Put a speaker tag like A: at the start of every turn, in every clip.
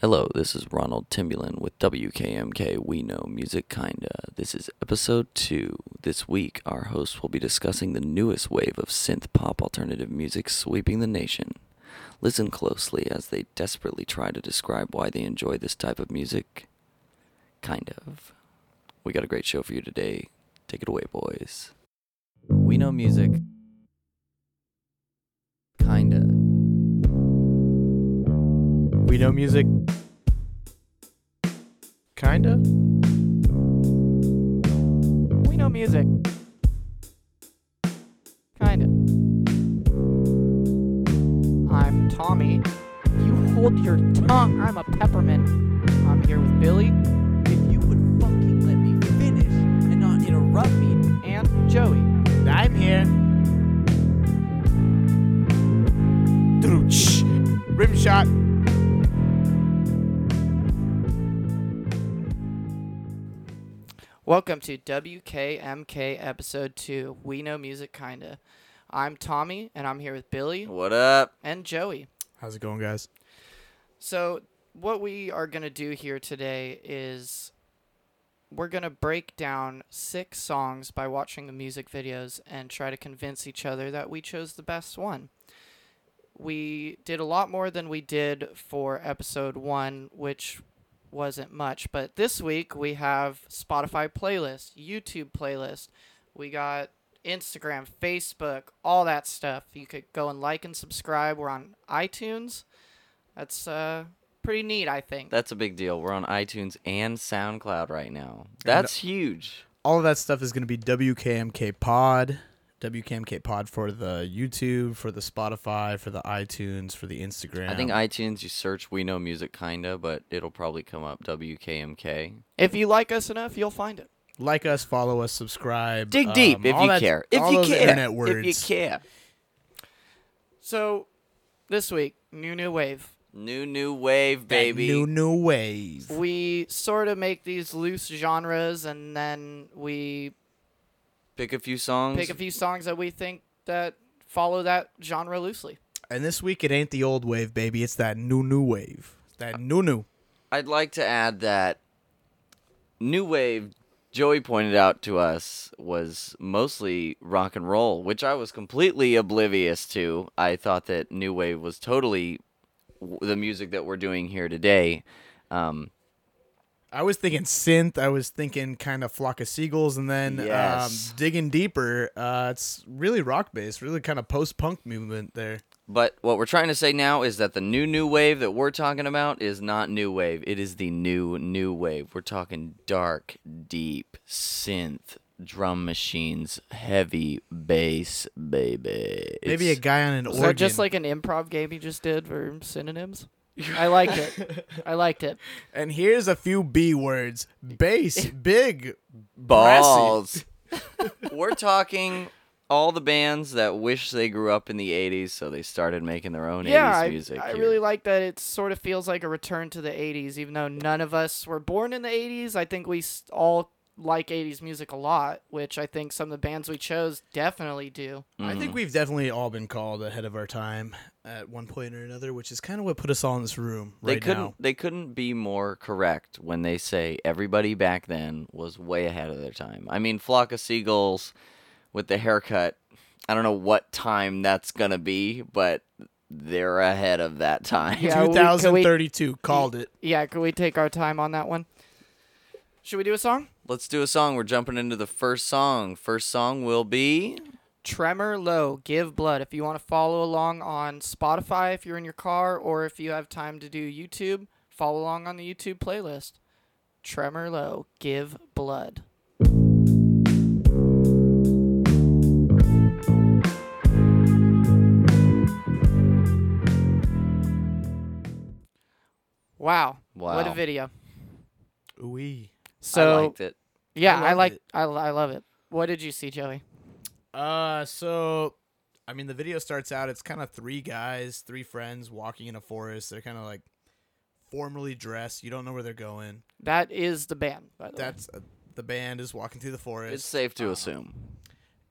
A: Hello, this is Ronald Timbulan with WKMK We Know Music Kinda. This is episode 2. This week, our hosts will be discussing the newest wave of synth pop alternative music sweeping the nation. Listen closely as they desperately try to describe why they enjoy this type of music. Kind of. We got a great show for you today. Take it away, boys. We Know Music. Kinda.
B: We know music. Kinda.
C: We know music. Kinda. I'm Tommy. You hold your tongue. I'm a peppermint. I'm here with Billy
D: If you would fucking let me finish and not interrupt me,
C: and Joey.
B: I'm here. Drooch. Rim shot.
C: Welcome to WKMK episode 2 We Know Music Kinda. I'm Tommy and I'm here with Billy
A: What up?
C: and Joey.
B: How's it going, guys?
C: So, what we are going to do here today is we're going to break down six songs by watching the music videos and try to convince each other that we chose the best one. We did a lot more than we did for episode one, which wasn't much, but this week we have Spotify playlist, YouTube playlist, we got Instagram, Facebook, all that stuff. You could go and like and subscribe. We're on iTunes. That's uh pretty neat, I think.
A: That's a big deal. We're on iTunes and SoundCloud right now.
B: uh,
A: That's huge.
B: All of that stuff is going to be WKMK Pod. WKMK Pod for the YouTube, for the Spotify, for the iTunes, for the Instagram.
A: I think iTunes, you search We Know Music Kinda, but it'll probably come up WKMK.
C: if you like us enough, you'll find it.
B: like us, follow us, subscribe.
A: Dig
B: um,
A: deep if
B: all
A: you
B: that-
A: care. If
B: all
A: you
B: those
A: care.
B: internet words.
A: If you care.
C: So this week, new new wave.
A: New new wave,
B: That
A: baby.
B: New new wave.
C: We sort of make these loose genres and then we
A: Pick a few songs.
C: pick a few songs that we think that follow that genre loosely.
B: And this week it ain't the old wave, baby. It's that new new wave. That new new.
A: I'd like to add that new wave. Joey pointed out to us was mostly rock and roll, which I was completely oblivious to. I thought that new wave was totally w- the music that we're doing here today. Um,
B: I was thinking synth. I was thinking kind of flock of seagulls, and then
A: Yes.
B: um, digging deeper, uh, it's really rock based, really kind of post punk movement there.
A: But what we're trying to say now is that the new new wave that we're talking about is not new wave. It is the new new wave. We're talking dark, deep synth, drum machines, heavy bass, baby.
B: Maybe a
A: It's-
B: guy on an
C: So
B: organ.
C: just like an improv game you just did for synonyms. I liked it. I liked it.
B: and here's a few B words: bass, big,
A: balls. we're talking all the bands that wish they grew up in the '80s, so they started making their own
C: yeah,
A: '80s
C: I,
A: music.
C: I
A: here.
C: really like that. It sort of feels like a return to the '80s, even though none of us were born in the '80s. I think we s- all like '80s music a lot, which I think some of the bands we chose definitely do.
B: I think we've definitely all been called ahead of our time at one point or another, which is kind of what put us all in this room
A: They
B: right
A: couldn't.
B: now.
A: They couldn't be more correct when they say everybody back then was way ahead of their time. I mean, flock of seagulls with the haircut. I don't know what time that's gonna be, but they're ahead of that time.
C: Yeah, we- can we-
B: 2032 called it.
C: Yeah, can we take our time on that one? Should we do a song?
A: Let's do a song. We're jumping into the first song. First song will be
C: Tremor Low, Give Blood. If you want to follow along on Spotify, if you're in your car, or if you have time to do YouTube, follow along on the YouTube playlist. Tremor Low, Give Blood. Wow. What a
A: Wow.
C: video.
B: Ooh.
C: So
A: I liked it.
C: yeah, I,
B: loved
C: like
B: it.
C: I, I love it. What did you see, Joey?
B: Uh, so, I mean, the video starts out. It's kind of three guys, three friends walking in a forest. They're kind of like formally dressed. You don't know where they're going.
C: That is the band, by the way.
B: That's uh, the band is walking through the forest.
A: It's safe to assume.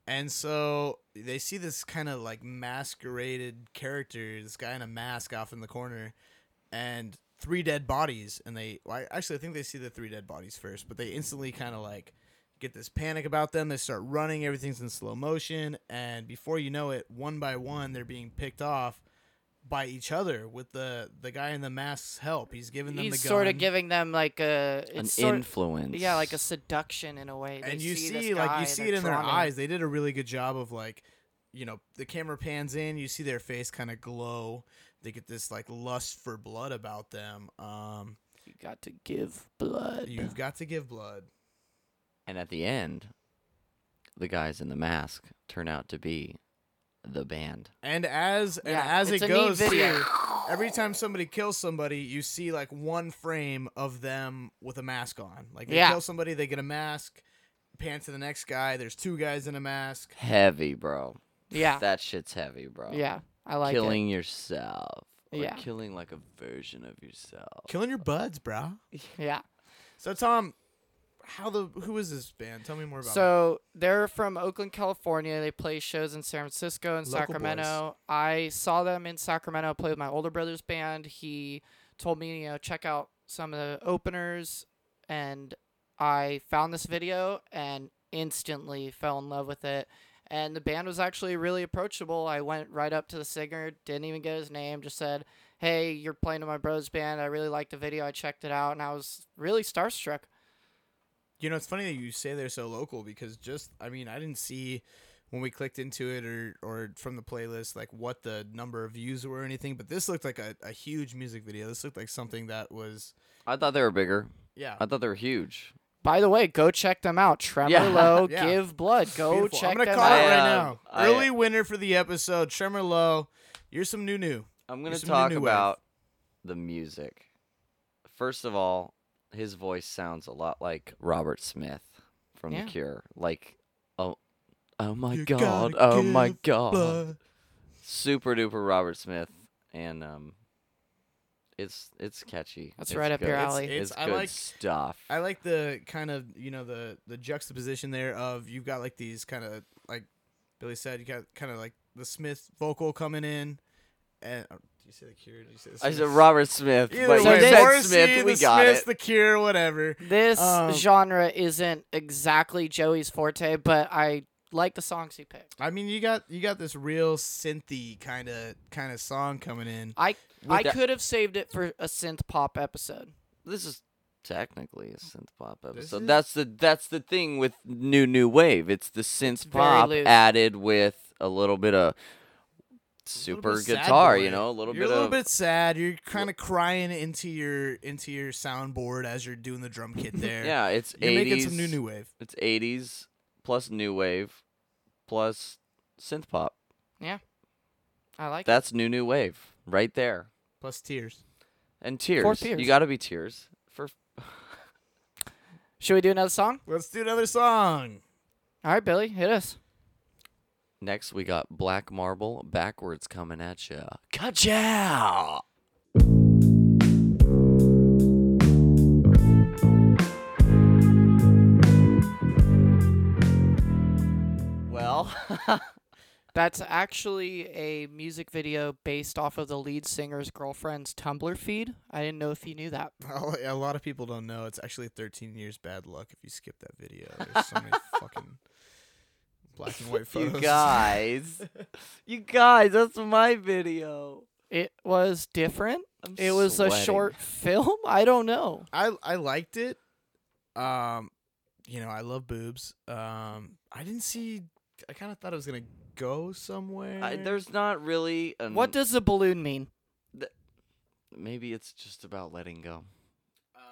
B: And so they see this kind of like masqueraded character, this guy in a mask off in the corner, and three dead bodies, and they well, actually I think they see the three dead bodies first, but they instantly kind of like get this panic about them. They start running, everything's in slow motion, and before you know it, one by one, they're being picked off by each other with the the guy in the mask's help. He's giving them
C: He's
B: the gun.
C: sort of giving them like a
A: An
C: it's sort-
A: influence.
C: yeah, like a seduction in a way. They
B: and you
C: see, this
B: see like
C: guy,
B: you see
C: they're
B: it in their
C: drawn
B: eyes they did a really good job of like you know the camera pans in you see their face kind of glow they get this like lust for blood about them um
C: You got to give blood.
B: you've got to give blood
A: And at the end, the guys in the mask turn out to be the band.
B: and as and
C: Yeah,
B: as
C: it's
B: it
C: a neat
B: goes
C: video.
B: too, every time somebody kills somebody you see like one frame of them with a mask on like they
C: Yeah.
B: kill somebody they get a mask pan to the next guy there's two guys in a mask
A: Heavy, bro.
C: Yeah,
A: That shit's heavy, bro.
C: yeah, I like it.
A: killing yourself. Or
C: Yeah.
A: Killing like a version of yourself.
B: killing your buds brah
C: Yeah.
B: so tom how the who is this band tell me more about it.
C: So they're from Oakland, California. They play shows in San Francisco and
B: Local boys.
C: Sacramento. I saw them in Sacramento. I played with my older brother's band. He told me, you know, check out some of the openers, and I found this video and instantly fell in love with it. And the band was actually really approachable. I went right up to the singer, didn't even get his name, just said, "Hey, you're playing in my brother's band. I really liked the video. I checked it out, and I was really starstruck."
B: You know, it's funny that you say they're so local because just I mean, I didn't see when we clicked into it or or from the playlist like what the number of views were or anything, but this looked like a, a huge music video. This looked like something that was
A: I thought they were bigger.
B: yeah.
A: I thought they were huge.
C: By the way, go check them out. Tremor Low,
B: Yeah.
C: Give Blood. Go
B: beautiful.
C: check
B: I'm gonna
C: them
B: call
C: out.
B: it right
A: I,
B: now.
A: um, I-
B: Early winner for the episode, Tremor Low. You're some new new.
A: I'm going
B: Here's
A: to
B: some new
A: talk
B: new wave.
A: about the music. First of all, his voice sounds a lot like Robert Smith from
C: Yeah.
A: The Cure. Like, oh, oh my
B: You
A: God.
B: gotta
A: Oh my
B: give
A: God.
B: But
A: super duper Robert Smith, and um, it's it's catchy.
C: That's
A: It's
C: right up
A: good.
C: your
A: It's-
C: alley.
A: It's,
B: It's- I
A: good
B: like-
A: stuff.
B: I like the kind of you know the the juxtaposition there of you've got like these kind of like Billy said you got kind of like the Smith vocal coming in, and oh, do you say the Cure? Did you say the
A: I said
B: Smiths?
A: Robert Smith,
B: Either
A: but
B: way,
A: you said
B: Morrissey,
A: Smith. We
B: the
A: got
B: Smiths,
A: it.
B: The Cure, whatever.
C: This
B: Um,
C: genre isn't exactly Joey's forte, but I like the songs he picked.
B: I mean, you got you got this real synthy kind of kind of song coming in.
C: I I
A: the-
C: could have saved it for a synth pop episode.
A: This is technically a synth pop episode.
B: is-
A: That's the that's the thing with new new wave. It's the synth
C: very
A: pop
C: loose.
A: added with a little bit of super guitar. You know, a little
B: You're
A: bit
B: a little
A: of
B: bit sad. You're kind of crying into your into your soundboard as you're doing the drum kit there.
A: yeah. It's
B: you're making some new
A: eighties.
B: new wave.
A: It's eighties plus new wave plus synth pop.
C: I like
A: That's new new wave right there.
B: Plus tears.
A: And tears.
C: tears.
A: You got to be tears for
C: it. Should we do another song?
B: Let's do another song.
C: All right, Billy, hit us.
A: next. We got Black Marble backwards coming at ya. Gotcha. Well,
C: That's actually a music video based off of the lead singer's girlfriend's Tumblr feed. I didn't know if you knew that.
B: Well, Oh, A lot of people don't know. It's actually 13 years bad luck if you skip that video. There's so many fucking black and white
A: you
B: photos.
A: guys, you guys, that's my video.
C: It was different.
A: I'm
C: It was a
A: sweating.
C: short film. I don't know.
B: I I liked it. Um, you know, I love boobs. Um, I didn't see. I kind of thought it was gonna go somewhere.
A: I, there's not really. An,
C: What does the balloon mean?
A: Maybe it's just about letting go.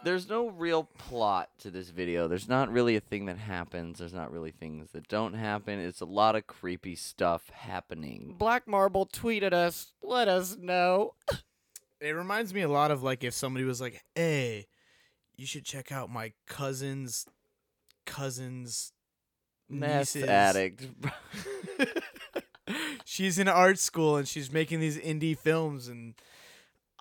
A: There's
B: Uh,
A: no real plot to this video. There's not really a thing that happens. There's not really things that don't happen. It's a lot of creepy stuff happening.
C: Black Marble tweeted us, let us know.
B: It reminds me a lot of like if somebody was like, "Hey, you should check out my cousin's cousin's
A: Meth
B: niece's-
A: addict.
B: She's in art school and she's making these indie films and."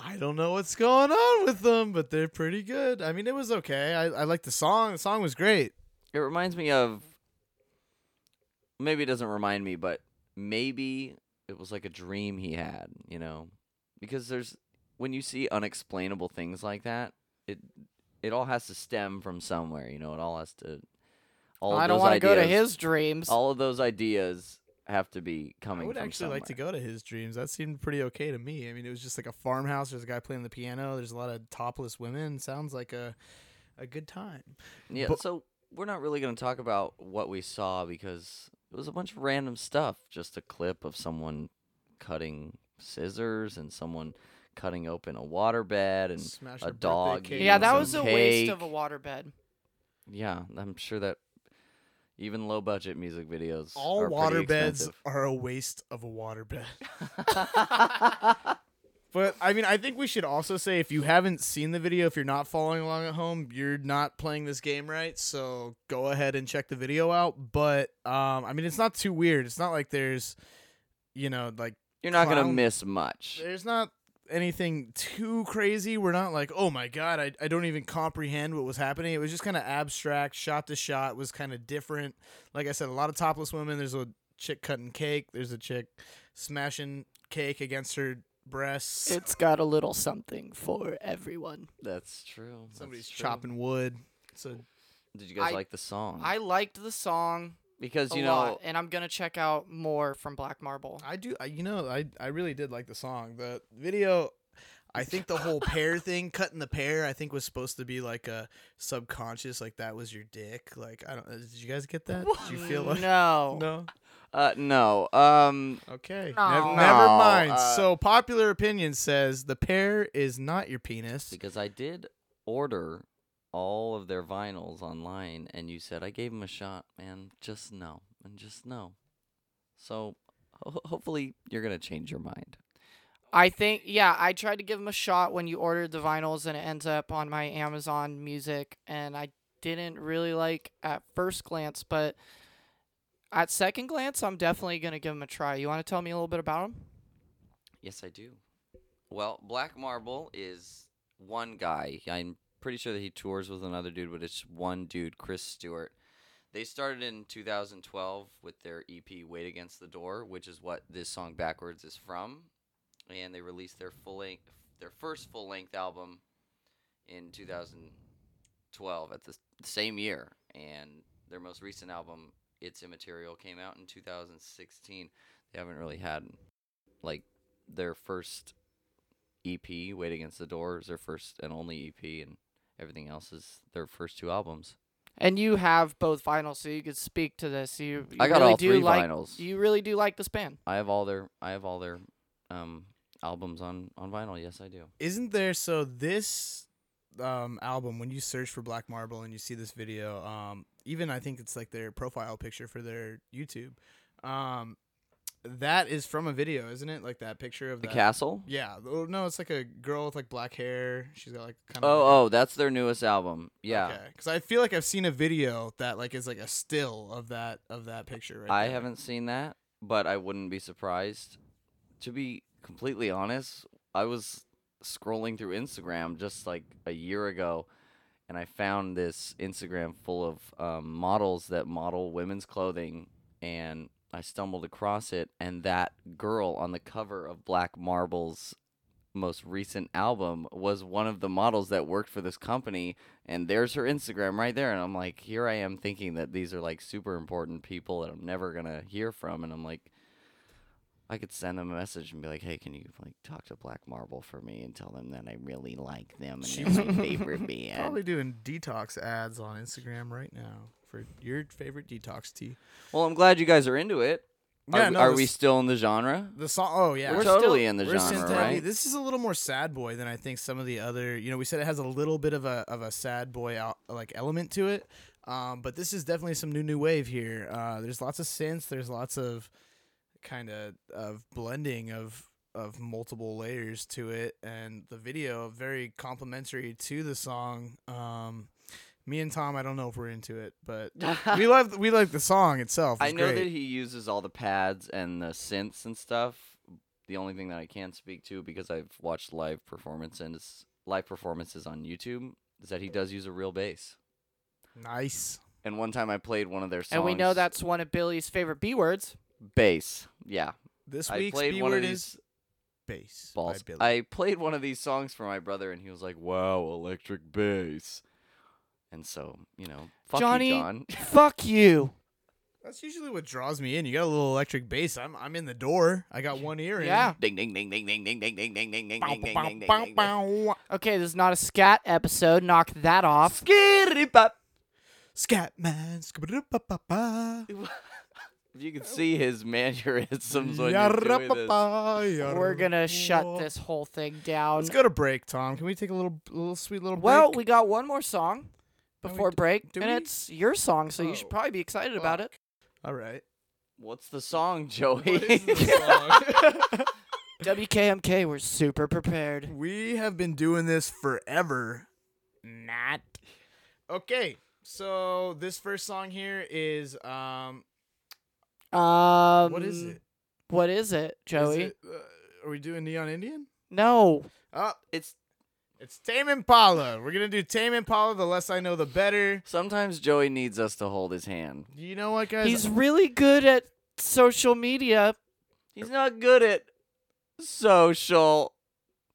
B: I don't know what's going on with them, but they're pretty good. I mean, it was okay. I, I liked the song. The song was great.
A: it reminds me of. Maybe it doesn't remind me, but maybe it was like a dream he had, you know? Because there's when you see unexplainable things like that, it it all has to stem from somewhere. You know, it all has to. All
C: I
A: of
C: don't
A: those
C: want to go to
A: ideas-
C: his dreams.
A: All of those ideas have to be coming.
B: I would
A: from
B: actually like to
A: somewhere.
B: go to his dreams. That seemed pretty okay to me. I mean, it was just like a farmhouse. There's a guy playing the piano. There's a lot of topless women. Sounds like a a good time.
A: Yeah.
B: but-
A: so we're not really going to talk about what we saw because it was a bunch of random stuff. Just a clip of someone cutting scissors and someone cutting open a waterbed and
B: Smash
A: a
B: her birthday
A: dog
B: cake.
C: yeah, that
A: some
C: was a waste of a
A: cake.
C: waterbed.
A: yeah, I'm sure that even low budget music videos
B: All
A: are pretty
B: waterbeds
A: expensive.
B: are a waste of a waterbed. but I mean, I think we should also say if you haven't seen the video, if you're not following along at home, you're not playing this game right. So go ahead and check the video out. But um, I mean, it's not too weird. It's not like there's, you know, like
A: You're not going to
B: clown-
A: miss much.
B: there's not anything too crazy. We're not like, oh my god, I, I don't even comprehend what was happening. It was just kind of abstract. Shot to shot was kind of different. Like I said, a lot of topless women. There's a chick cutting cake. There's a chick smashing cake against her breasts.
C: It's got a little something for everyone.
A: That's true. that's
B: Somebody's
A: true.
B: chopping wood. So
A: Did you guys
C: I-
A: like the song?
C: I liked the song
A: because
C: a
A: you know,
C: lot, and I'm gonna check out more from Black Marble.
B: I do. I, you know, I I really did like the song. The video. I think the whole pear thing, cutting the pear, I think was supposed to be like a subconscious, like that was your dick. Like I don't. uh, Did you guys get that? Did you feel like
C: no?
B: no?
A: uh, no. Um,
B: Okay.
C: No.
B: Nev- Never
A: No,
B: mind.
A: uh,
B: so popular opinion says the pear is not your penis.
A: because I did order all of their vinyls online, and you said I gave them a shot, man. Just no, and just no. So ho- hopefully you're gonna change your mind.
C: I think yeah, I tried to give him a shot when you ordered the vinyls and it ends up on my Amazon Music and I didn't really like at first glance, but at second glance I'm definitely going to give him a try. You want to tell me a little bit about him?
A: Yes, I do. Well, Black Marble is one guy. I'm pretty sure that he tours with another dude, but it's one dude, Chris Stewart. They started in 2012 with their EP Wait Against the Door, which is what this song Backwards is from. And they released their full length their first full length album in 2012 at the s- same year. And their most recent album, It's Immaterial, came out in 2016. They haven't really had like their first EP, Wait Against the Door, is their first and only EP, and everything else is their first two albums.
C: And you have both vinyls so you could speak to this. You, you
A: I got
C: really
A: all
C: do
A: three
C: like,
A: vinyls.
C: You really do like this band.
A: I have all their I have all their um albums on on vinyl. Yes, I do.
B: Isn't there? So this um, album, when you search for Black Marble and you see this video, um, even I think it's like their profile picture for their YouTube. Um, that is from a video, isn't it? Like that picture of
A: The
B: that-
A: Castle.
B: Yeah. Oh, No, it's like a girl with like black hair. She's got like kind of.
A: Oh, oh, that's their newest album. Yeah.
B: Because I feel like I've seen a video that like is like a still of that of that picture. Right.
A: I
B: there.
A: haven't seen that, but I wouldn't be surprised. To be completely honest, I was scrolling through Instagram just like a year ago, and I found this Instagram full of um, models that model women's clothing, and I stumbled across it, and that girl on the cover of Black Marble's most recent album was one of the models that worked for this company and there's her Instagram right there. And I'm like, here I am thinking that these are like super important people that I'm never gonna hear from, and I'm like, I could send them a message and be like, hey, can you like talk to Black Marble for me and tell them that I really like them and they're my favorite band.
B: Probably doing detox ads on Instagram right now for your favorite detox tea.
A: Well, I'm glad you guys are into it.
B: Yeah,
A: are,
B: no,
A: are
B: this-
A: we still in the genre?
B: The song. Oh yeah.
A: We're totally
C: still-
A: in the
B: We're
A: genre,
B: synth heavy.
A: right?
B: This is a little more sad boy than I think some of the other. You know, we said it has a little bit of a of a sad boy out, like element to it, um, but this is definitely some new new wave here. Uh, there's lots of synths. There's lots of kind of of blending of of multiple layers to it, and the video very complimentary to the song. Um, me and Tom, I don't know if we're into it, but we love we like the song itself.
A: I
B: It's
A: know
B: great.
A: that he uses all the pads and the synths and stuff. The only thing that I can speak to because I've watched live performances live performances on YouTube is that he does use a real bass.
B: nice.
A: And one time I played one of their songs.
C: And we know that's one of Billy's favorite B words.
A: bass. Yeah,
B: This
A: I
B: week's
A: played
B: B
A: one of
B: word
A: these.
B: is Bass
A: balls.
B: by Billy.
A: I played one of these songs for my brother, and he was like, "Wow, electric bass." And so, you know, fuck
C: Johnny-
A: you, John.
C: Fuck you.
B: That's usually what draws me in. You got a little electric bass. I'm I'm in the door. I got one ear. in.
C: Yeah.
A: ding ding ding ding ding ding ding ding ding ding ding
B: Bow,
A: ding ding
B: bow,
A: ding
B: bow,
A: ding ding.
B: bow.
C: Okay, this is not a scat episode. Knock that off.
A: Skitty pop.
B: Scat man. Skibidi-ba-ba-ba.
A: If you can see his mannerisms when you're doing this.
B: Yarra-ba-ba,
C: We're gonna shut
B: yarra-ba.
C: this whole thing down.
B: Let's go to break, Tom. Can we take a little little sweet little break?
C: Well, we got one more song
B: No, we
C: before
B: d-
C: break,
B: do
C: and
B: we?
C: it's your song, so you
B: Oh,
C: should probably be excited about it.
B: all right.
A: What's the song, Joey?
B: What is the song?
C: WKMK, we're super prepared.
B: We have been doing this forever. Not. Okay, so this first song here is um,
C: Um,
B: what is it? Is
C: What is it, Joey?
B: it, uh, are we doing Neon Indian?
C: No.
B: Oh,
A: it's
B: it's Tame Impala. We're gonna do Tame Impala. The less I know, the better.
A: sometimes Joey needs us to hold his hand.
B: You know what, guys? uh,
C: He's really good at social media
A: He's not good at social.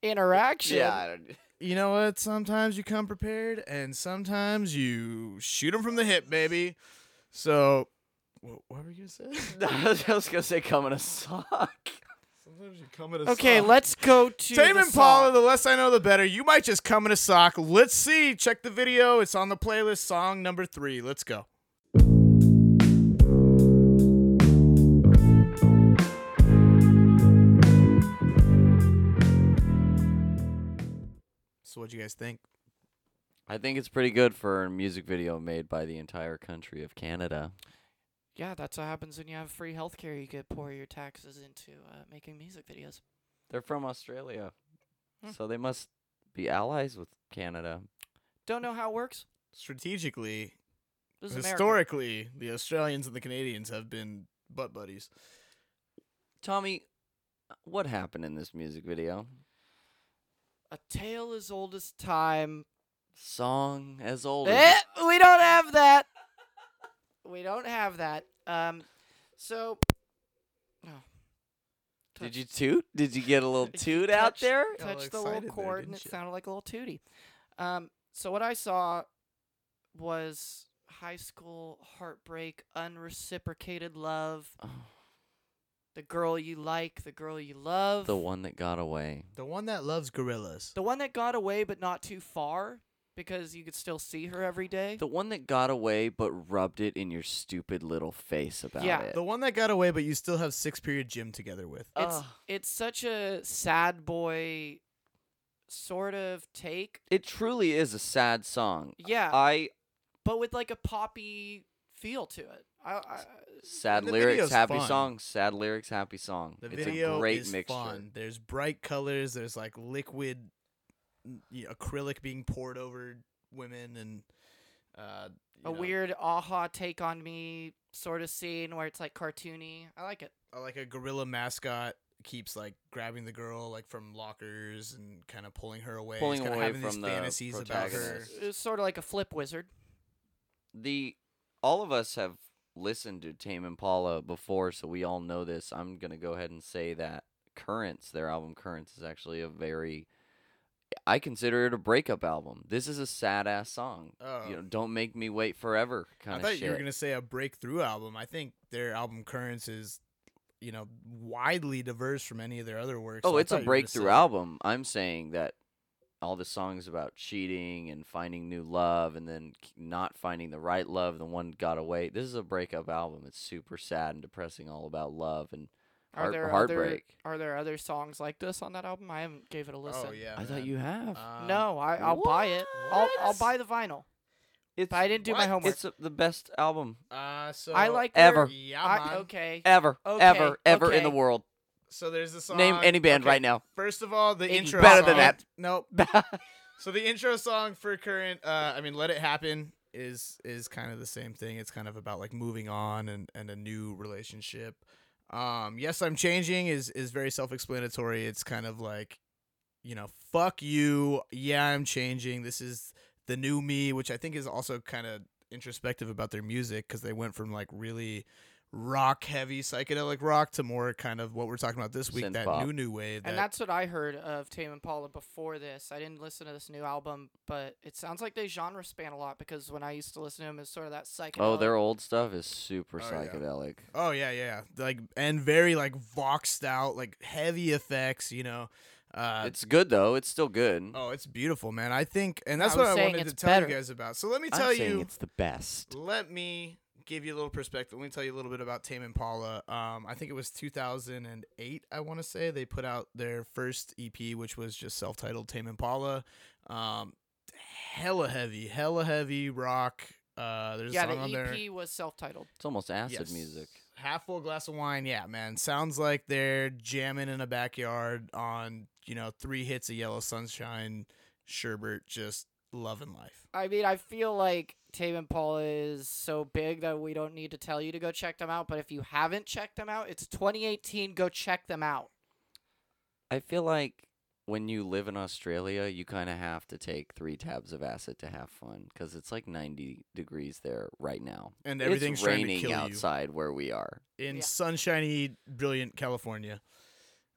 C: interaction.
A: Yeah, I don't,
B: you know what? Sometimes you come prepared, and sometimes you shoot him from the hip, baby. So, what, what were you gonna say?
A: I was gonna say coming to suck.
B: sometimes you come at a
C: Okay,
B: sock.
C: let's go to
B: Tame
C: the
B: Impala,
C: song.
B: the less I know, the better. You might just come in a sock. Let's see. Check the video. It's on the playlist, song number three. Let's go. So, what'd you guys think?
A: I think it's pretty good for a music video made by the entire country of Canada.
C: Yeah, that's what happens when you have free healthcare. You could pour your taxes into uh, making music videos.
A: They're from Australia,
C: Hmm.
A: so they must be allies with Canada.
C: Don't know how it works.
B: Strategically,
C: This is America.
B: historically, the Australians and the Canadians have been butt buddies.
A: Tommy, what happened in this music video?
C: A tale as old as time.
A: Song as old
C: Eh,
A: as
C: we don't have that. We don't have that. Um, so. Oh.
A: Did
C: Touch-
A: you toot? Did you get a little
C: You
A: toot out
C: touched-
A: there?
B: Got a little
C: Touched the little
B: excited there,
C: chord and
B: didn't
C: it
B: you?
C: sounded like a little tootie. Um, so what I saw was high school heartbreak, unreciprocated love,
A: Oh,
C: the girl you like, the girl you love,
A: the one that got away.
B: The one that loves gorillas.
C: the one that got away but not too far because you could still see her every day.
A: The one that got away but rubbed it in your stupid little face about
C: Yeah.
A: it.
B: The one that got away, but you still have six period gym together with.
C: it's
A: Ugh.
C: it's such a sad boy sort of take.
A: it truly is a sad song.
C: Yeah,
A: I
C: but with like a poppy feel to it. I, I
A: sad
B: And the
A: lyrics,
B: video's
A: happy
B: fun.
A: song. Sad lyrics, happy song.
B: The
A: it's
B: video
A: a great
B: is
A: mixture.
B: fun. There's bright colors. There's like liquid n- y- acrylic being poured over women and uh, you
C: a
B: know,
C: weird aha take on me sort of scene where it's like cartoony. I like it.
B: uh, like a gorilla mascot keeps like grabbing the girl like from lockers and kind of pulling her away. He's
A: Pulling
B: kinda
A: away
B: having these
A: from the
B: fantasies about her.
A: protagonist.
C: It's sort of like a flip wizard.
A: The all of us have listened to Tame Impala before, so we all know this. I'm gonna go ahead and say that Currents, their album Currents, is actually a very I consider it a breakup album. This is a sad ass song.
B: Oh.
A: You know, don't make me wait forever kind
B: I
A: of
B: thought
A: shit.
B: you were gonna say a breakthrough album. I think their album Currents is, you know, widely diverse from any of their other works.
A: Oh,
B: so I
A: it's
B: thought
A: a
B: you were gonna
A: breakthrough
B: say-
A: album. I'm saying that all the songs about cheating and finding new love and then k- not finding the right love, the one got away. This is a breakup album. It's super sad and depressing, all about love and
C: Are
A: heart-
C: there
A: heartbreak.
C: other are there other songs like this on that album? I haven't gave it a listen.
B: Oh yeah.
A: I thought
B: man.
A: you have.
B: Um,
C: no, I, I'll buy it. I'll I'll
A: What?
C: buy the vinyl.
A: it's,
C: But I didn't do my
B: What?
C: homework.
A: it's a, the best album
B: Uh, so
C: I like
A: ever.
C: Where,
B: Yeah,
C: I-
B: man.
C: okay.
A: ever,
C: Okay,
A: ever, ever in the
C: okay.
A: world.
B: So there's the song.
A: Name any band
B: okay,
A: right now.
B: First of all, the
C: Iggy
B: intro.
A: Better than
B: song-
A: that.
B: Nope. So the intro song for current, uh, I mean, "Let It Happen" is is kind of the same thing. It's kind of about like moving on and and a new relationship. Um, yes, I'm changing is is very self explanatory. It's kind of like, you know, fuck you. Yeah, I'm changing. This is the new me, which I think is also kind of introspective about their music because they went from like really rock heavy psychedelic rock to more kind of what we're talking about this week
A: Synth
B: that
A: pop.
B: new new wave that
C: And that's what I heard of Tame Impala before this. I didn't listen to this new album, but it sounds like they genre span a lot because when I used to listen to them, it was sort of that psychedelic.
A: Oh, their old stuff is super
B: Oh, yeah.
A: psychedelic.
B: Oh yeah, yeah. Like and very like voxed out, like heavy effects, you know. Uh,
A: It's good though. It's still good.
B: oh, it's beautiful, man. I think, and that's
C: I
B: what
C: was
B: I
C: saying
B: wanted to
C: it's
B: tell
C: better.
B: you guys about. So let me
A: I'm
B: tell
A: saying
B: you.
A: it's the best.
B: Let me give you a little perspective. Let me tell you a little bit about Tame Impala. Um, I think it was 2008. I want to say they put out their first EP, which was just self-titled Tame Impala. Um, hella heavy, hella heavy rock. Uh, there's
C: yeah,
B: a song
C: the E
B: on there.
C: EP was self-titled.
A: It's almost acid
B: Yes.
A: music.
B: Half full glass of wine, yeah, man. Sounds like they're jamming in a backyard on, you know, three hits of yellow sunshine, sherbet, just loving life.
C: I mean, I feel like Tame Impala is so big that we don't need to tell you to go check them out. But if you haven't checked them out, it's 2018. Go check them out.
A: I feel like when you live in Australia, you kind of have to take three tabs of acid to have fun because it's like 90 degrees there right now.
B: And everything's
A: it's
B: trying to
A: raining
B: kill you.
A: outside where we are.
B: in
C: Yeah.
B: sunshiny, brilliant California.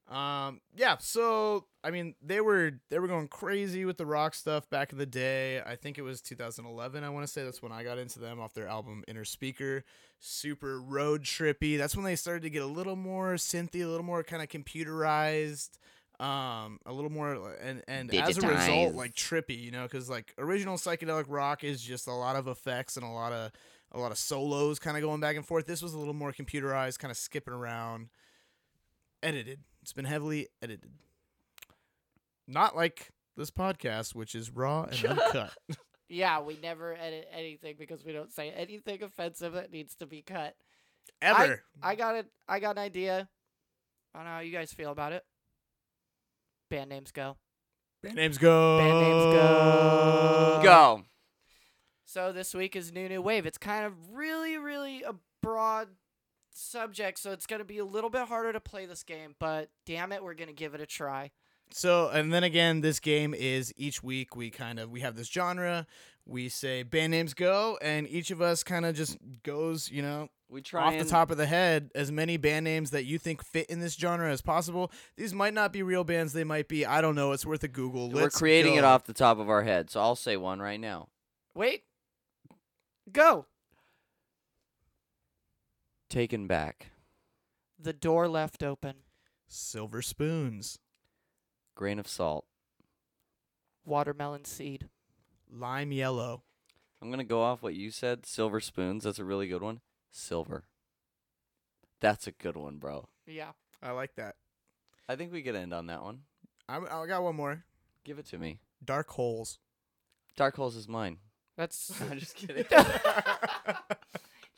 B: Um, yeah, so I mean, they were they were going crazy with the rock stuff back in the day. I think it was 2011. I want to say that's when I got into them off their album Inner Speaker. Super road trippy. That's when they started to get a little more synthy, a little more kind of computerized. Um, a little more like, and and as a result,
A: Digitized.
B: like trippy, you know, because like original psychedelic rock is just a lot of effects and a lot of a lot of solos kind of going back and forth. This was a little more computerized, kind of skipping around, edited. It's been heavily edited. Not like this podcast, which is raw and uncut.
C: Yeah, we never edit anything because we don't say anything offensive that needs to be cut.
B: Ever.
C: I got it. I got an idea. I don't know how you guys feel about it. Band names go.
B: Band names go.
C: Band names
B: Uh,
C: go.
A: Go.
C: So this week is New New Wave. It's kind of really, really a broad subject, so it's going to be a little bit harder to play this game, but damn it, we're going to give it a try.
B: So, and then again, this game is each week we kind of we have this genre. We say band names go, and each of us kind of just goes, you know,
A: We try
B: off the
A: and-
B: top of the head as many band names that you think fit in this genre as possible. These might not be real bands; they might be. I don't know. It's worth a Google.
A: We're
B: Let's
A: creating it
B: go.
A: off the top of our head, so I'll say one right now.
C: Wait. Go.
A: Taken back.
C: The door left open.
B: Silver spoons,
A: Grain of salt.
C: Watermelon seed.
B: lime yellow.
A: I'm gonna go off what you said. Silver spoons. That's a really good one. Silver. That's a good one, bro.
C: Yeah.
B: I like that.
A: I think we could end on that one.
B: I'm, I got one more.
A: Give it to me.
B: Dark holes.
A: Dark holes is mine.
C: That's
A: I'm just kidding.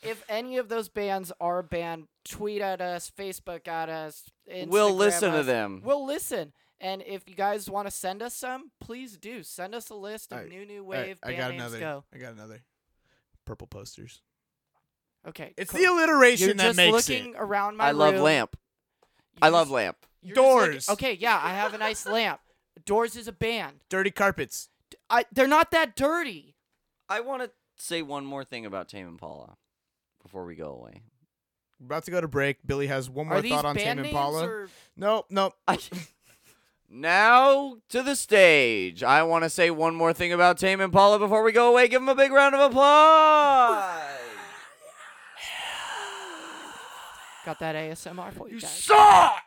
C: if any of those bands are banned, tweet at us, Facebook at us.
A: We'll
C: Instagram
A: listen to
C: us.
A: them.
C: We'll listen. And if you guys want to send us some, please do. Send us a list of
B: Alright,
C: new new
B: All right,
C: wave
B: I
C: band
B: got
C: names
B: another.
C: go.
B: I got another. Purple posters.
C: Okay.
B: It's
C: cool.
B: the alliteration
C: You're
B: that
C: just
B: makes
C: looking
B: it.
C: around my
A: I love
C: room.
A: lamp.
C: You
A: I love
C: just-
A: lamp.
C: you're just looking-
B: Doors.
C: okay, yeah, I have a nice lamp. Doors is a band.
B: Dirty carpets.
C: I, they're not that dirty.
A: I want to say one more thing about Tame Impala before we go away.
B: We're about to go to break. Billy has one more
C: Are these
B: thought on Tame
C: band
B: Impala.
C: names or
B: Nope, nope.
A: I- now to the stage. I want to say one more thing about Tame Impala before we go away. Give them a big round of applause.
C: got that ASMR for you,
A: you
C: guys?
A: suck.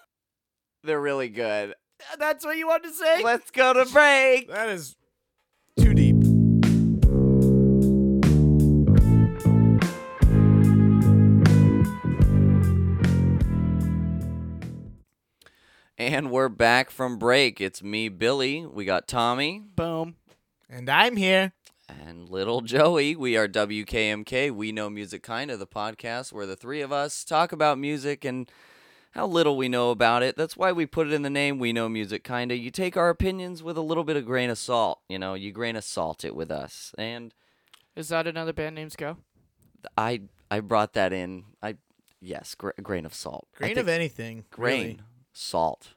A: They're really good.
C: That's what you wanted to say.
A: Let's go to break.
B: That is too deep.
A: And we're back from break. It's me, Billy. We got Tommy.
C: Boom.
B: And I'm here.
A: And little Joey, we are WKMK. We know music kind of the podcast where the three of us talk about music and how little we know about it. That's why we put it in the name. We know music kind of. You take our opinions with a little bit of grain of salt. You know, you grain of salt it with us. And
C: Is that another band names go?
A: I, I brought that in. I, yes, gra- grain of salt. I
B: Grain
A: think-
B: of anything.
A: grain,
B: really.
A: salt,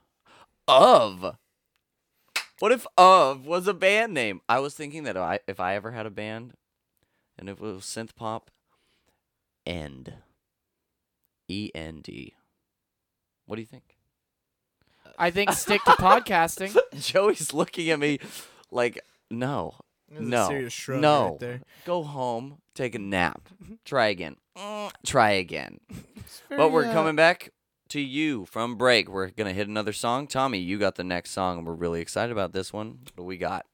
A: of. What if of was a band name? I was thinking that I, if I ever had a band, and if it was synth pop, end. E N D. What do you think?
B: Uh,
C: I think stick to podcasting.
A: Joey's looking at me like, no,
B: There's a
A: no,
B: serious shrug right
A: no.
B: there.
A: Go home, take a nap, try again, Mm, try again.
B: It's very,
A: But we're
B: uh,
A: coming back to you from break. We're gonna hit another song. Tommy, you got the next song, and we're really excited about this one. What do we got?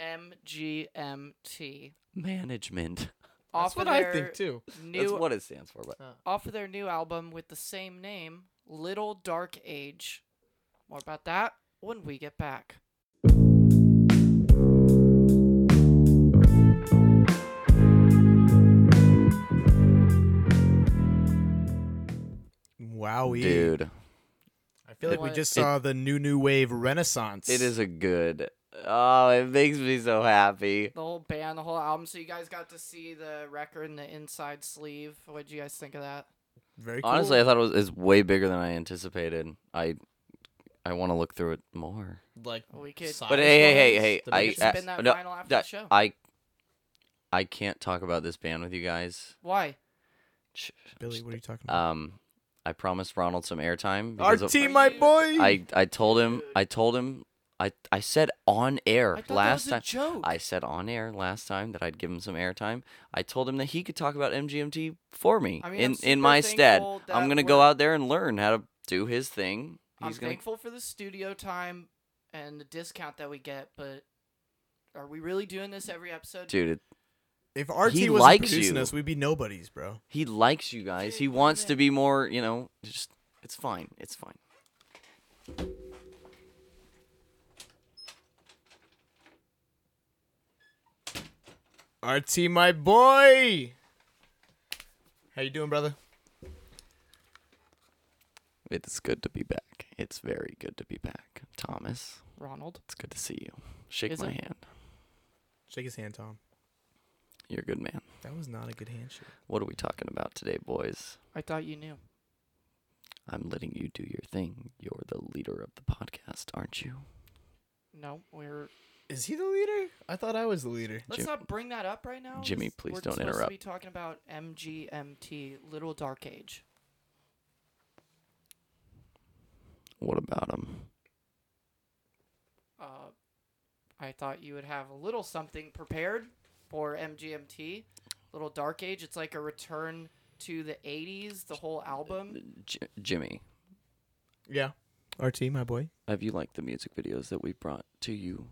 C: MGMT.
A: Management.
C: Off
B: That's what
C: of
B: I
C: their
B: think too. Uh.
C: New,
A: That's what it stands for. But
C: Off of their new album with the same name, Little Dark Age. More about that when we get back.
B: Wowie,
A: dude,
B: I feel like we
C: What-
B: just
A: It-
B: saw the new new wave renaissance.
A: it is a good. Oh, it makes me so happy.
C: The whole band, the whole album. So you guys got to see the record and the inside sleeve. What do you guys think of that?
B: very cool.
A: Honestly, I thought it was it's way bigger than I anticipated. I I want to look through it more.
B: like
C: We could.
B: But
A: But
B: I
A: hey,
B: just
A: hey, hey,
B: wanna-
A: hey!
B: the
A: I
B: biggest-
A: uh,
C: Spin that
A: no,
C: final after
A: that-
C: the show.
A: I I can't talk about this band with you guys.
C: Why?
B: Billy, what are you talking about?
A: Um, I promised Ronald some airtime.
B: Our
A: because of-
B: team, my boy.
A: I I told him. I told him. I I said on air
C: I thought
A: last
C: that was a
A: time.
C: joke.
A: I said on air last time that I'd give him some airtime. I told him that he could talk about MGMT for me
C: I mean,
A: in
C: I'm
A: in
C: super
A: my stead.
C: thankful
A: I'm
C: that
A: gonna go
C: we're-
A: out there and learn how to do his thing.
C: I'm
A: He's gonna
C: thankful for the studio time and the discount that we get, but are we really doing this every episode?
A: dude. It,
B: if RT
A: he
B: was
A: likes
B: producing
A: you.
B: us, we'd be nobodies, bro.
A: he likes you guys. He
C: Dude,
A: wants
C: yeah.
A: to be more. You know, just it's fine. It's fine.
B: RT, my boy. How you doing, brother?
A: It's good to be back. It's very good to be back, Thomas.
C: Ronald.
A: It's good to see you. Shake
C: Is
A: my
C: it?
A: hand.
B: Shake his hand, Tom.
A: You're a good man.
B: That was not a good handshake.
A: What are we talking about today, boys?
C: I thought you knew.
A: I'm letting you do your thing. You're the leader of the podcast, aren't you?
C: No, we're.
B: Is he the leader? I thought I was the leader.
C: Let's
A: Jim-
C: not bring that up right now.
A: Jimmy,
C: This-
A: please
C: we're
A: don't
C: supposed
A: interrupt.
C: To be talking about MGMT, Little Dark Age.
A: What about um, him?
C: Uh, I thought you would have a little something prepared for MGMT, Little Dark Age. It's like a return to the '80s. The whole album.
A: J- Jimmy,
B: Yeah. RT, my boy.
A: have you liked the music videos that we brought to you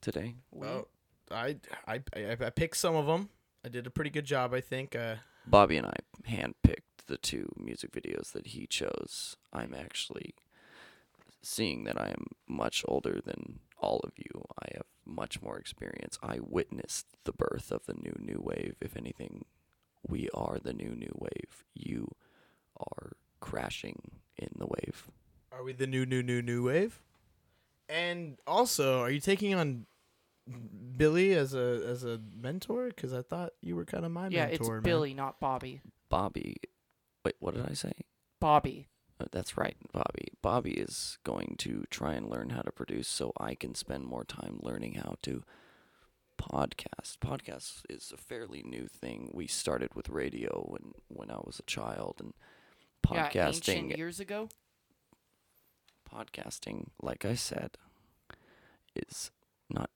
A: today?
C: We-
B: I, I I I picked some of them. I did a pretty good job, I think. Uh,
A: Bobby and I handpicked the two music videos that he chose. I'm actually seeing that I am much older than all of you. I have much more experience. I witnessed the birth of the new new wave. If anything, we are the new new wave. You are crashing in the wave.
B: are we the new new new new wave? And also, are you taking on Billy as a as a mentor? Because I thought you were kind of my
C: yeah, it's
B: mentor. man.
C: Billy, not Bobby.
A: Bobby, wait, what did I say?
C: Bobby.
A: Uh, That's right, Bobby. Bobby is going to try and learn how to produce so I can spend more time learning how to podcast. Podcast is a fairly new thing. We started with radio when when I was a child and
C: Yeah,
A: podcasting
C: ancient years ago.
A: podcasting, like I said, is not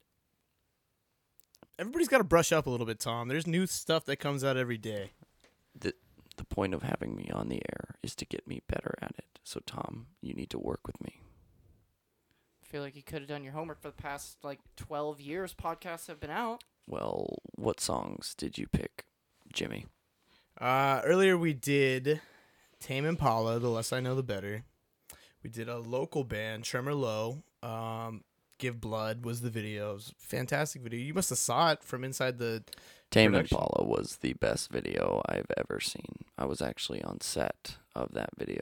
B: Everybody's got to brush up a little bit, Tom. There's new stuff that comes out every day.
A: the the point of having me on the air is to get me better at it. So Tom, you need to work with me.
C: I feel like you could have done your homework for the past like 12 years. Podcasts have been out.
A: Well, what songs did you pick, Jimmy?
B: Uh, earlier we did Tame Impala. The less I know, the better. We did a local band, Tremor Low. Um, Give Blood was the video. It was a fantastic video. You must have saw it from inside the.
A: Tame
B: production.
A: Impala was the best video I've ever seen. I was actually on set of that video.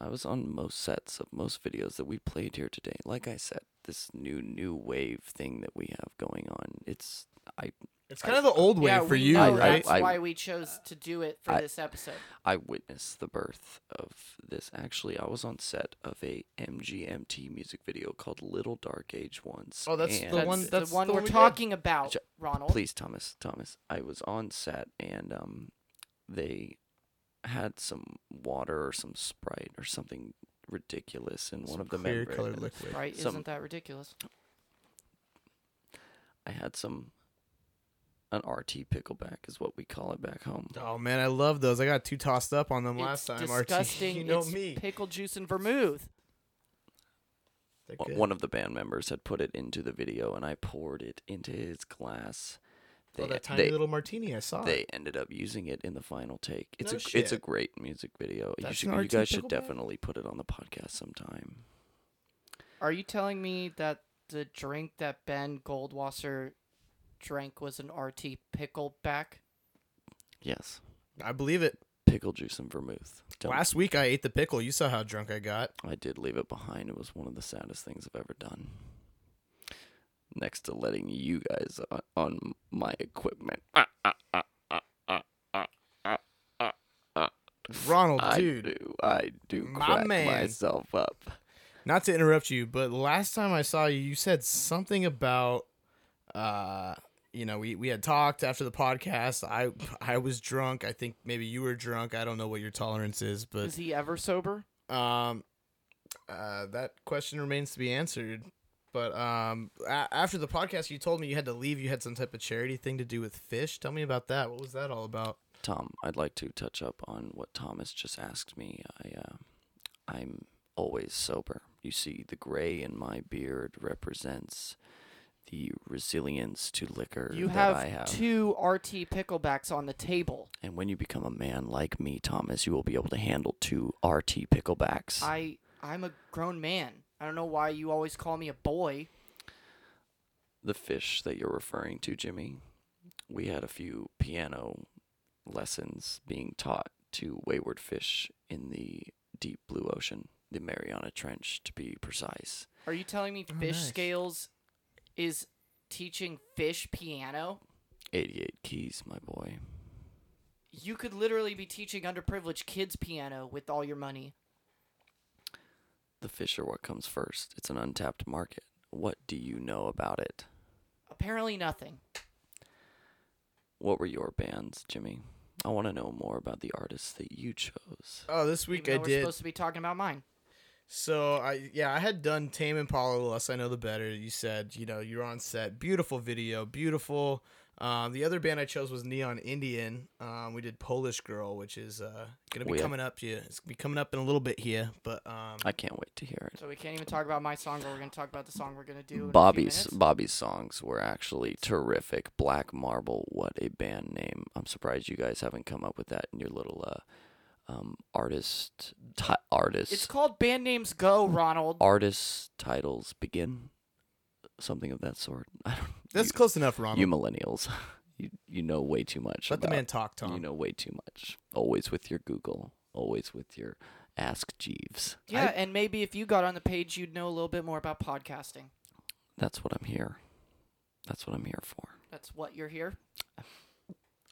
A: I was on most sets of most videos that we played here today. Like I said, this new new wave thing that we have going on. It's I
B: It's kind of the old way
C: yeah,
B: for
C: we
B: you,
C: know
A: I-
B: right?
C: That's
A: I-
C: why we chose to do it for
A: I-
C: this episode.
A: I witnessed the birth of this. Actually, I was on set of a MGMT music video called Little Dark Age once.
B: Oh, that's the
A: and-
C: That's
B: one- that's
C: the one
B: the
C: we're
B: one we did.
C: talking about,
A: Ju-
C: Ronald.
A: Please, Thomas, Thomas. I was on set and um, they had some water or some Sprite or something ridiculous in one
B: Some
A: of the
B: clear
A: membranes.
B: colored liquid.
C: Right?
A: Some-
C: Isn't that ridiculous?
A: I had some an RT pickleback is what we call it back home.
B: Oh man, I love those. I got too tossed up on them last
C: It's
B: time. RT,
C: disgusting.
B: you know
C: it's
B: me.
C: pickle juice and vermouth.
B: They're
A: O-
B: good.
A: One of the band members had put it into the video, and I poured it into his glass.
B: oh, that tiny
A: they,
B: little martini. I saw.
A: they ended up using it in the final take. It's
B: No
A: a it's a
B: shit.
A: great music video. You,
B: That's
A: should,
B: an
A: you
B: RT
A: guys should
B: pickleback?
A: definitely put it on the podcast sometime.
C: Are you telling me that the drink that Ben Goldwasser drank was an RT pickleback?
A: Yes,
B: I believe it.
A: pickle juice and vermouth. Don't-
B: Last week I ate the pickle. You saw how drunk I got.
A: I did leave it behind. It was one of the saddest things I've ever done. Next to letting you guys on, on my equipment. Ah, ah, ah, ah, ah, ah, ah, ah, ah.
B: Ronald,
A: I
B: dude.
A: do. I do
B: My
A: crack
B: man.
A: myself up.
B: Not to interrupt you, but last time I saw you, you said something about, uh, you know, we, we had talked after the podcast. I I was drunk. I think maybe you were drunk. I don't know what your tolerance is,
C: Is
A: Mm-hmm.
B: but
C: he ever sober?
B: um, uh, that question remains to be answered. But um, a- after the podcast, you told me you had to leave. You had some type of charity thing to do with fish. Tell me about that. What was that all about?
A: Tom, I'd like to touch up on what Thomas just asked me. I, uh, I'm always sober. You see, the gray in my beard represents the resilience to liquor
C: You
A: that
C: have,
A: I have.
C: two RT picklebacks on the table.
A: And when you become a man like me, Thomas, you will be able to handle two RT picklebacks.
C: I I'm a grown man. I don't know why you always call me a boy.
A: the fish that you're referring to, Jimmy, we had a few piano lessons being taught to wayward fish in the deep blue ocean, the Mariana Trench to be precise.
C: Are you telling me
B: Oh,
C: Fish
B: nice.
C: Scales is teaching Fish piano?
A: 88 keys, my boy.
C: You could literally be teaching underprivileged kids piano with all your money.
A: The fish are what comes first. It's an untapped market. What do you know about it?
C: Apparently nothing.
A: What were your bands, Jimmy? I want to know more about the artists that you chose.
B: Oh, this week
C: Even though
B: I
C: we're
B: did.
C: supposed to be talking about mine.
B: So I yeah I had done Tame Impala the less I know the better. You said you know you're on set, beautiful video, beautiful. Um, the other band I chose was Neon Indian. Um, we did Polish Girl, which is uh, gonna be
A: We-
B: coming up. Yeah, it's gonna be coming up in a little bit here. But um,
A: I can't wait to hear it.
C: So we can't even talk about my song, but we're gonna talk about the song we're gonna do. in a few
A: Bobby's
C: minutes.
A: Bobby's songs were actually terrific. Black Marble, what a band name! I'm surprised you guys haven't come up with that in your little uh, um, artist ti- artist
C: It's called Band Names Go, Ronald.
A: artist titles begin, something of that sort. I don't.
B: that's
A: you,
B: close enough, Ronald.
A: you millennials. You you know way too much.
B: Let the
A: about-
B: man talk, Tom.
A: You know way too much. Always with your Google. Always with your Ask Jeeves.
C: Yeah, and maybe if you got on the page, you'd know a little bit more about podcasting.
A: That's what I'm here. That's what I'm here for.
C: That's what you're here.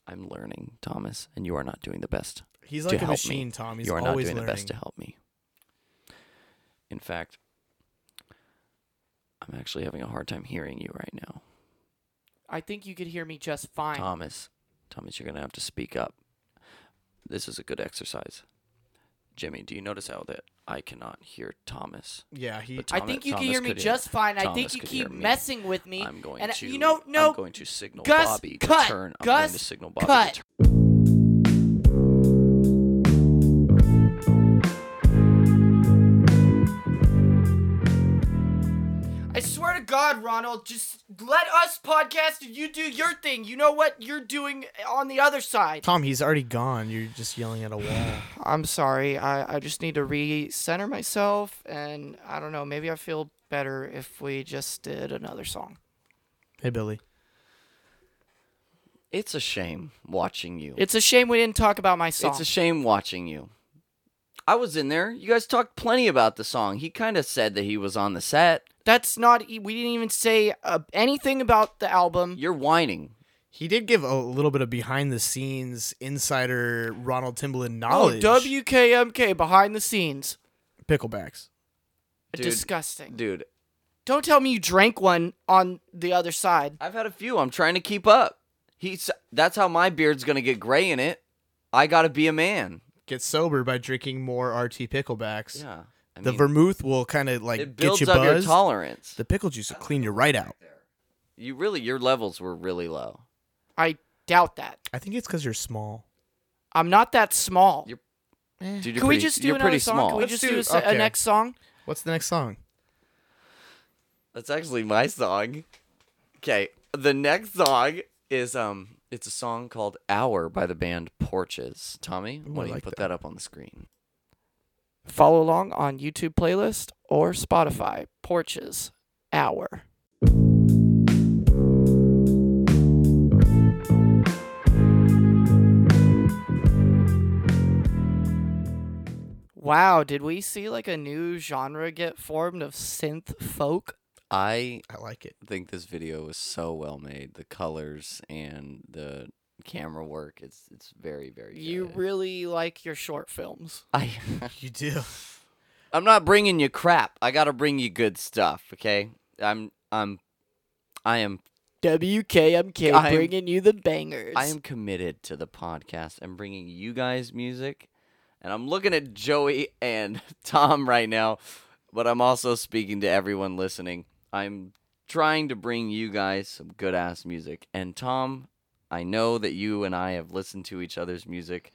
A: I'm learning, Thomas, and you are not doing the best
B: He's
A: to
B: like a
A: help me.
B: machine, Tom. He's
A: you are not
B: always
A: doing
B: learning.
A: the best to help me. In fact, I'm actually having a hard time hearing you right now.
C: I think you could hear me just fine.
A: Thomas, Thomas, you're going to have to speak up. This is a good exercise. Jimmy, do you notice how that I cannot hear Thomas?
B: yeah, he.
A: But
C: I
A: Thomas-
C: think you
A: Thomas
C: can hear me
A: could
C: just fine. I
A: Thomas
C: think you
A: could hear
C: keep
A: me.
C: messing with me.
A: I'm going
C: and I-
A: to
C: you know, no,
A: I'm going to signal
C: Gus,
A: Bobby
C: cut,
A: to turn. I'm going to
C: Gus,
A: signal Bobby
C: cut.
A: to turn.
C: I swear to God, Ronald, just let us podcast and you do your thing. You know what you're doing on the other side.
B: Tom, he's already gone. You're just yelling at a wall.
C: I'm sorry. I, I just need to recenter myself, and I don't know. Maybe I feel better if we just did another song.
B: hey, Billy.
A: It's a shame watching you.
C: It's a shame we didn't talk about my song.
A: It's a shame watching you. I was in there. You guys talked plenty about the song. He kind of said that he was on the set.
C: That's not. e- We didn't even say uh, anything about the album.
A: You're whining.
B: He did give a little bit of behind the scenes insider Ronald Timberland
C: Oh,
B: knowledge.
C: WKMK behind the scenes.
B: picklebacks.
A: Dude.
C: Disgusting.
A: Dude,
C: Don't tell me you drank one on the other side.
A: I've had a few. I'm trying to keep up. He's that's how my beard's going to get gray in it. I got to be a man.
B: get sober by drinking more RT picklebacks.
A: Yeah. I
B: the
A: mean,
B: vermouth will kind of like
A: it
B: get
A: builds
B: you
A: up your
B: buzzed.
A: tolerance.
B: the pickle juice will clean you right out.
A: you really your levels were really low.
C: I doubt that.
B: I think it's because you're small.
C: I'm not that small.
A: You're
B: Eh.
A: Dude, you're
C: Can we
A: pretty,
C: just do
A: you're
C: another
A: pretty
C: song?
A: small.
C: Can we
B: Let's
C: just
B: do-
C: do, a s- a,
B: okay.
C: next song?
B: What's the next song?
A: That's actually my song. Okay, the next song is um, it's a song called "Hour" by the band Porches. Tommy,
B: Ooh,
A: why
B: I
A: don't you
B: like
A: put
B: that.
A: that. up on the screen?
C: Follow along on YouTube playlist or Spotify. Porches Hour. Wow, did we see like a new genre get formed of synth folk?
A: I
B: I like it.
A: think this video was so well made. The colors and the camera work. It's it's very very.
C: You
A: good.
C: really like your short films.
A: I
B: You do.
A: I'm not bringing you crap. I gotta bring you good stuff. Okay. I'm I'm I am
C: WKMK
A: I'm-
C: bringing you the bangers.
A: I am committed to the podcast. I'm bringing you guys music, and I'm looking at Joey and Tom right now, but I'm also speaking to everyone listening. I'm trying to bring you guys some good ass music. And Tom, I know that you and I have listened to each other's music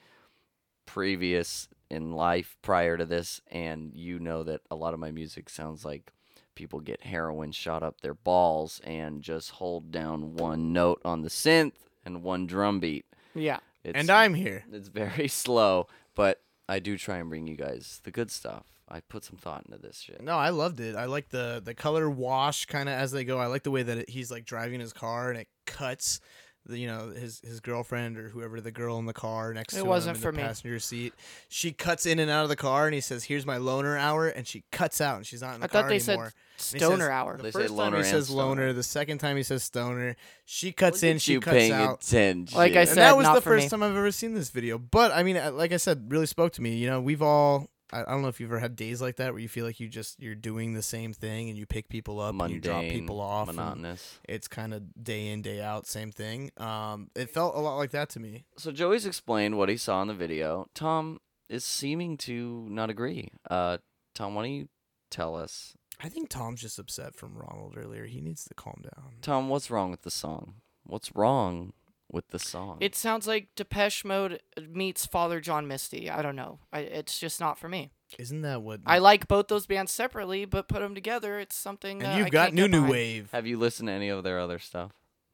A: previous in life prior to this, and you know that a lot of my music sounds like people get heroin shot up their balls and just hold down one note on the synth and one drum beat.
C: yeah.
A: It's,
B: and I'm here.
A: it's very slow, but I do try and bring you guys the good stuff. I put some thought into this shit.
B: No, I loved it. I like the the color wash kind of as they go. I like the way that it, he's like driving his car and it cuts, the, you know, his his girlfriend or whoever the girl in the car next
C: It
B: to
C: wasn't
B: him in
C: for
B: the
C: me.
B: passenger seat. She cuts in and out of the car and he says, "Here's my loner hour," and she cuts out and she's not in the
C: I
B: car
C: thought they
B: anymore.
C: said
B: And he says-
C: stoner hour.
B: The
A: They say
B: first time
A: loner
B: he
A: and
B: says
A: stoner.
B: loner, the second time he says stoner. She cuts
A: Look
B: in,
A: at
B: she
A: you
B: cuts
A: paying
B: out.
A: attention.
C: Like I
B: and
C: said-
B: that was
C: not
B: the
C: for
B: first
C: me.
B: time I've ever seen this video. But I mean, uh, like I said, really spoke to me. You know, we've all. I I don't know if you've ever had days like that where you feel like you just you're doing the same thing and you pick people up and
A: mundane,
B: you drop people off. and
A: monotonous.
B: It's kind of day in day out, same thing. Um, it felt a lot like that to me.
A: So Joey's explained what he saw in the video. Tom is seeming to not agree. Uh, Tom, why don't you tell us?
B: I think Tom's just upset from Ronald earlier. He needs to calm down.
A: Tom, what's wrong with the song? What's wrong with the song?
C: It sounds like Depeche Mode meets Father John Misty. I don't know. I, it's just not for me.
B: Isn't that what?
A: Mm.
C: I like both those bands separately, but put them together, it's something. that
B: and you've
C: I
B: got
C: can't
B: new
C: get
B: new
C: behind.
B: wave.
A: Have you listened to any of their other stuff?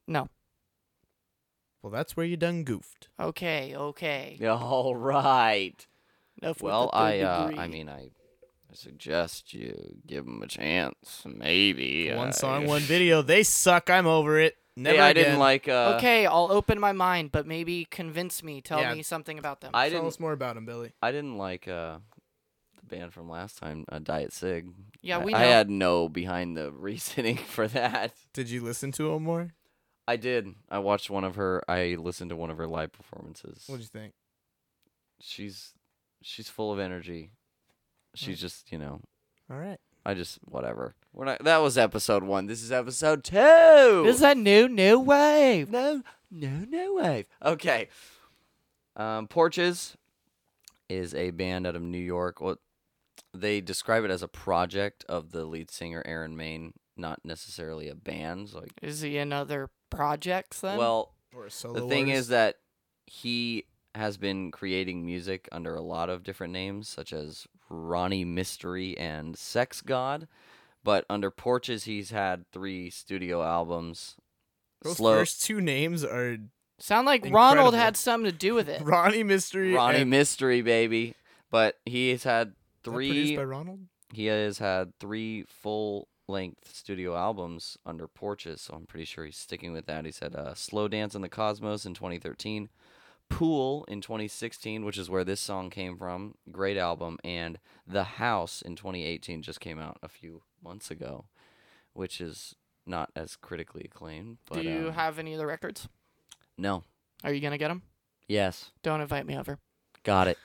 C: No.
B: Well, that's where you done goofed.
C: Okay. Okay.
A: All right.
C: Enough with
A: Well,
C: the third
A: I uh, I
C: degree.
A: mean I, I suggest you give them a chance. Maybe I-
B: One song, one video. They suck. I'm over it. Never
A: Hey, I
B: again.
A: didn't like. Uh,
C: okay, I'll open my mind, but maybe convince me. Tell
B: Yeah.
C: me something about them.
A: I
B: Tell
A: didn't.
B: us more about him, Billy.
A: I didn't like uh, the band from last time, uh, Diet Sig.
C: yeah,
A: I-
C: we know.
A: I had no behind the reasoning for that.
B: Did you listen to him more?
A: I did. I watched one of her. I listened to one of her live performances.
B: What do you think?
A: She's she's full of energy. She's just you know.
B: All right.
A: I just whatever. We're not. That was episode one. This is episode two.
C: This is that new new wave.
A: No, no, no wave. Okay. Um, Porches is a band out of New York. Well, they describe it as a project of the lead singer Aaron Main, not necessarily a band. So, Like,
C: Is he in other projects then?
A: well,
B: Or a solo
A: the thing is that he has been creating music under a lot of different names, such as Ronnie Mystery and Sex God. But under Porches, he's had three studio albums.
B: those
A: Slow-
B: first two names are
C: sound like Ronald
B: Incredible.
C: had something to do with it.
B: Ronnie Mystery.
A: Ronnie
B: and-
A: Mystery, baby. But he has had
B: Is that produced
A: three.
B: by Ronald.
A: He has had three full length studio albums under Porches, so I'm pretty sure he's sticking with that. He said uh, "Slow Dance in the Cosmos" in 2013, "Pool" in 2016, which is where this song came from. Great album, and "The House" in 2018 just came out a few months ago, which is not as critically acclaimed. But
C: do you
A: um,
C: have any of the records?
A: no?
C: Are you gonna get them?
A: Yes,
C: Don't invite me over.
A: got it.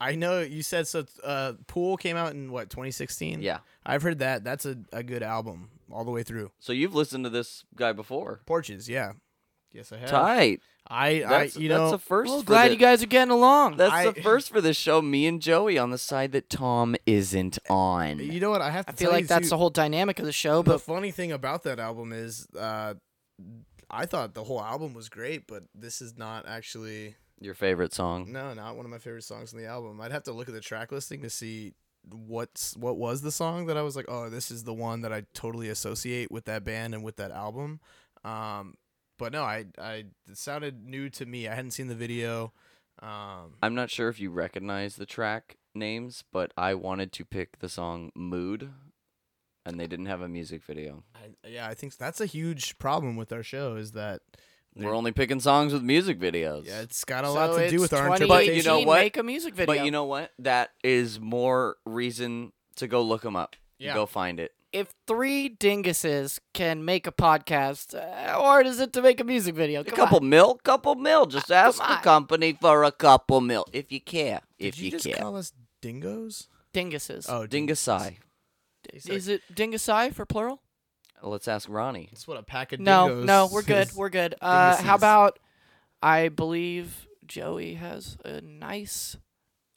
B: I know you said so. Uh, Pool came out in what 2016.
A: Yeah.
B: I've heard that. That's a, a good album all the way through.
A: So you've listened to this guy before.
B: Porches, yeah, Yes, I have.
A: Tight.
B: I,
A: That's,
B: I, you
A: that's
B: know,
A: a first.
C: Well,
A: for
C: glad
A: the-
C: you guys are getting along.
A: That's
B: I-
A: the first for this show. Me and Joey on the side that Tom isn't on.
B: you know what? I have to
C: I feel
B: tell
C: like
B: you,
C: that's
B: too,
C: the whole dynamic of the show,
B: the
C: but
B: funny thing about that album is, uh, I thought the whole album was great, but this is not actually
A: Your favorite song?
B: no, not one of my favorite songs on the album. I'd have to look at the track listing to see what's what was the song that I was like, oh, this is the one that I totally associate with that band and with that album. Um, but no, I, I it sounded new to me. I hadn't seen the video. Um,
A: I'm not sure if you recognize the track names, but I wanted to pick the song "Mood," and they didn't have a music video.
B: I, yeah, I think that's a huge problem with our show is that
A: We're only picking songs with music videos.
B: yeah, it's got a
C: so
B: lot to do
C: it's
B: with our
C: 2018,
A: But
B: interpretation.
A: you know what?
C: Make a music video.
A: But you know what? That is more reason to go look them up.
B: Yeah.
A: Go find it.
C: if three dinguses can make a podcast, uh, or is it to make a music video?
A: a
C: Come
A: couple
C: on.
A: mil, couple mil. Just ask
C: come
A: the
C: on.
A: company for a couple mil if you care.
B: Did
A: if
B: you,
A: you,
B: just
A: care.
B: call us dingoes?
C: dinguses.
B: Oh,
A: Dingus eye.
C: is it dingusai for plural?
A: Let's ask Ronnie.
B: That's what a pack of
C: No,
B: dingoes.
C: no, we're good.
B: is.
C: We're good. Uh,
B: dinguses.
C: how about I believe Joey has a nice,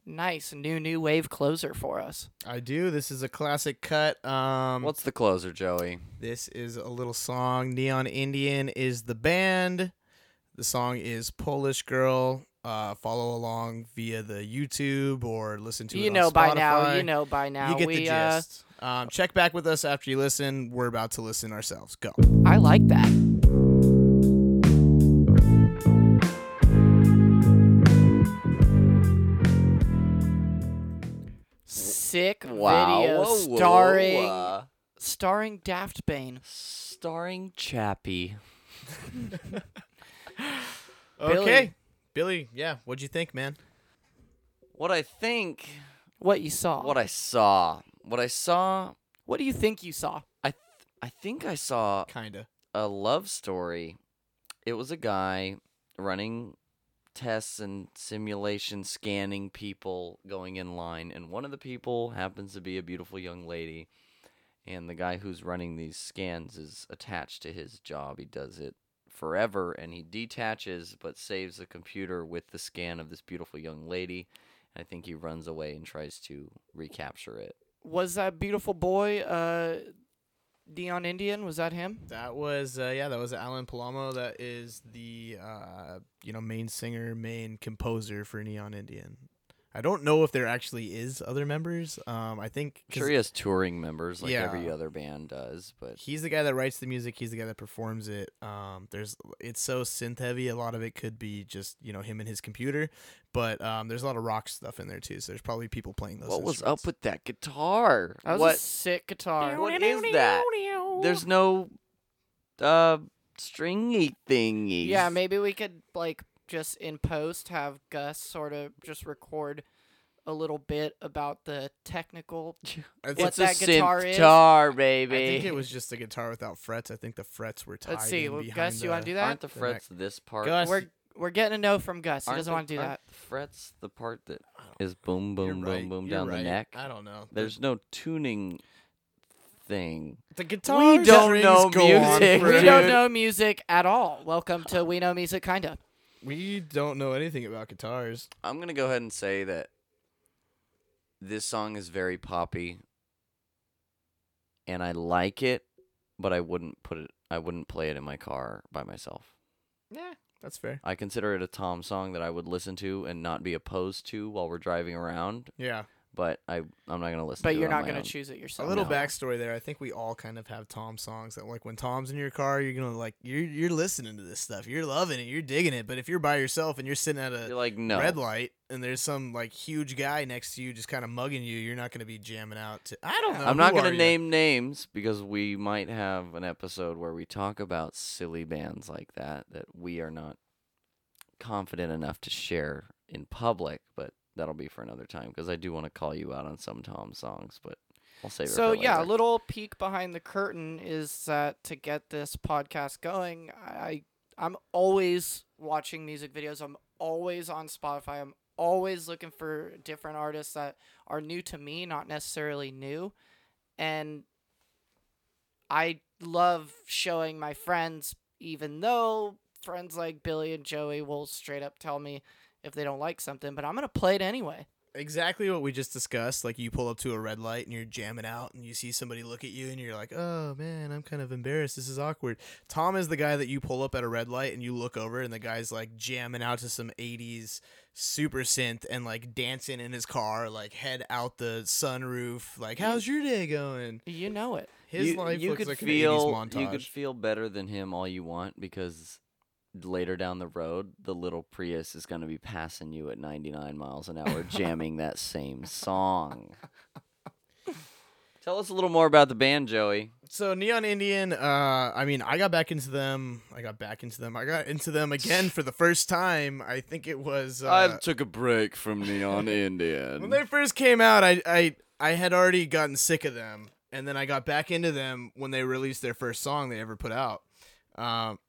C: nice new new wave closer for us.
B: I do. This is a classic cut. Um,
A: What's the closer, Joey?
B: This is a little song. Neon Indian is the band. The song is Polish Girl. Uh, follow along via the YouTube or listen to it
C: You
B: on
C: know by now.
B: Spotify.
C: You know by now.
B: You get
C: we,
B: the
C: uh,
B: gist. um, check back with us after you listen. We're about to listen ourselves. Go.
C: I like that. Sick video
A: whoa, whoa,
C: starring
A: uh,
C: starring Daft Bane.
A: starring Chappie.
C: Billy.
B: Okay, Billy. Yeah, what'd you think, man?
A: What I think,
C: What you saw?
A: what I saw, what I saw,
C: what do you think you saw?
A: I, th- I think I saw
B: Kinda.
A: a love story. It was a guy running tests and simulation scanning people going in line and one of the people happens to be a beautiful young lady and the guy who's running these scans is attached to his job he does it forever and he detaches but saves the computer with the scan of this beautiful young lady and i think he runs away and tries to recapture it
C: Was that beautiful boy uh Dion Indian? Was that him?
B: That was uh, yeah, that was Alan Palamo. That is the uh, you know main singer, main composer for Neon Indian. I don't know if there actually is other members. Um, I think
A: sure he has touring members like
B: Yeah.
A: every other band does but
B: he's the guy that writes the music. He's the guy that performs it. Um, there's it's so synth heavy. A lot of it could be just you know him and his computer, but um, there's a lot of rock stuff in there too. So there's probably people playing those.
A: what was
B: instruments.
A: up with that guitar
C: That was
A: what
C: a sick guitar.
A: What is that? There's no uh stringy thingies.
C: Yeah, maybe we could like just in post have Gus sort of just record a little bit about the technical.
B: I think,
C: what
A: it's a
C: that guitar
A: synth
C: is?
A: guitar,
B: I
A: baby.
B: think it was just the guitar without frets. I think the frets were tied.
C: Let's see,
B: in
C: well,
B: behind
C: Gus,
B: the,
C: you want to do
A: Aren't
C: that?
A: the
B: The
A: frets this part?
B: Gus,
C: We're we're getting a no from Gus. He
A: aren't
C: doesn't
A: the-
C: want to do
A: aren't
C: that.
A: The frets the part that is boom,
B: You're
A: boom,
B: right,
A: boom, boom
B: you're
A: down
B: right.
A: the neck.
B: I don't know.
A: There's no tuning thing.
B: The guitar.
A: We don't know music,
C: We
A: We're
C: don't
A: dude.
C: know music at all. Welcome to We Know Music Kinda.
B: We don't know anything about guitars.
A: I'm gonna go ahead and say that this song is very poppy, and I like it, but I wouldn't put it. I wouldn't play it in my car by myself.
B: Yeah, that's fair.
A: I consider it a Tom song that I would listen to and not be opposed to while we're driving around,
B: Yeah,
A: but I I'm not gonna listen.
C: But
A: to
C: you're
A: it on
C: not
A: my
C: gonna
A: own.
C: choose it yourself.
B: a little
A: No.
B: backstory there. I think we all kind of have Tom songs that, like, when Tom's in your car, you're gonna like you're you're listening to this stuff, you're loving it, you're digging it. But if you're by yourself and you're sitting at
A: You're
B: a
A: like no.
B: red light and there's some like huge guy next to you just kind of mugging you, you're not gonna be jamming out to. I
C: Uh,
B: don't know.
A: I'm not
B: who
A: gonna
B: are you?
A: name names because we might have an episode where we talk about silly bands like that that we are not confident enough to share in public, but that'll be for another time because I do want to call you out on some Tom songs, but I'll save it.
C: So
A: for
C: yeah, a
A: later.
C: little peek behind the curtain is that to get this podcast going, I I'm always watching music videos. I'm always on Spotify. I'm always looking for different artists that are new to me, not necessarily new. And I love showing my friends even though friends like Billy and Joey will straight up tell me if they don't like something, but I'm gonna play it anyway.
B: exactly what we just discussed. Like you pull up to a red light and you're jamming out, and you see somebody look at you, and you're like, "Oh man, I'm kind of embarrassed. This is awkward." Tom is the guy that you pull up at a red light and you look over, and the guy's like jamming out to some '80s super synth and like dancing in his car, like head out the sunroof. Like, how's your day going?
C: You know it.
B: His
A: you,
B: life
A: you
B: looks
A: could
B: like
A: feel,
B: an 80s montage.
A: You could feel better than him all you want because later down the road, the little Prius is going to be passing you at 99 miles an hour, jamming that same song. Tell us a little more about the band, Joey.
B: so Neon Indian, uh, I mean, I got back into them. I got back into them. I got into them again for the first time. I think it was. Uh,
A: took a break from Neon Indian.
B: when they first came out, I, I I had already gotten sick of them, and then I got back into them when they released their first song they ever put out. Um,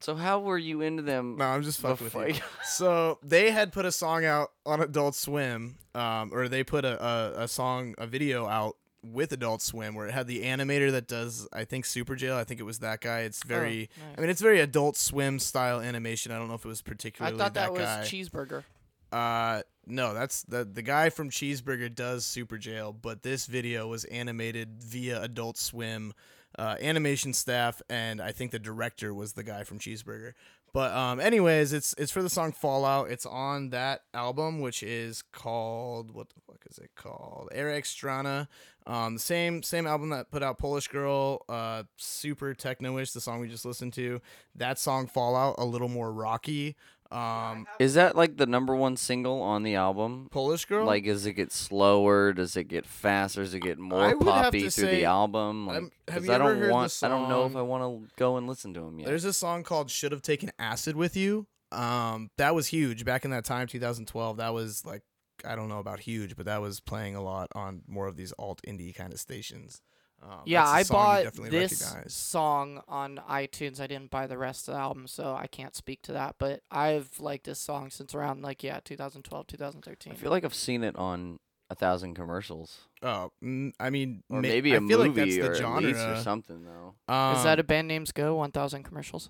A: so how were you into them?
B: no, I'm just fucking with
A: before
B: you. So they had put a song out on Adult Swim, um, or they put a, a, a song, a video out with Adult Swim where it had the animator that does, I think, Super Jail. I think it was that guy. It's very,
C: Oh, nice.
B: I mean, it's very Adult Swim style animation. I don't know if it was particularly
C: I thought that,
B: that,
C: was
B: guy.
C: cheeseburger.
B: Uh, no, that's the the guy from Cheeseburger does Super Jail, but this video was animated via Adult Swim uh, animation staff, and I think the director was the guy from Cheeseburger. But um, anyways, it's it's for the song Fallout. It's on that album, which is called what the fuck is it called? Era Extrana. Um, same same album that put out Polish Girl, uh, super techno-ish. The song we just listened to. That song Fallout, a little more rocky. Um,
A: Is that like the number one single on the album?
B: Polish Girl.
A: Like, does it get slower? Does it get faster? Does it get more
B: would have
A: poppy
B: to
A: through
B: say-
A: the album? Like,
B: I'm- have
A: 'cause
B: you
A: I
B: ever
A: don't
B: heard the
A: want. I don't know if
B: song-
A: I want to go and listen to them yet.
B: There's a song called "Should Have Taken Acid with You." Um, that was huge back in that time, 2012. That was like I don't know about huge, but that was playing a lot on more of these alt indie kind of stations. Um,
C: yeah,
B: that's
C: I
B: a song you
C: bought
B: definitely
C: this
B: recognize.
C: song on iTunes. I didn't buy the rest of the album, so I can't speak to that. But I've liked this song since around like yeah, 2012, 2013.
A: I feel like I've seen it on a thousand commercials,
B: Oh, mm, I mean,
A: or
B: ma-
A: maybe
B: I
A: a
B: feel
A: movie
B: like that's the
A: or
B: genre.
A: a lease or something. Though
B: Um,
C: Is that a band names go 1,000 commercials?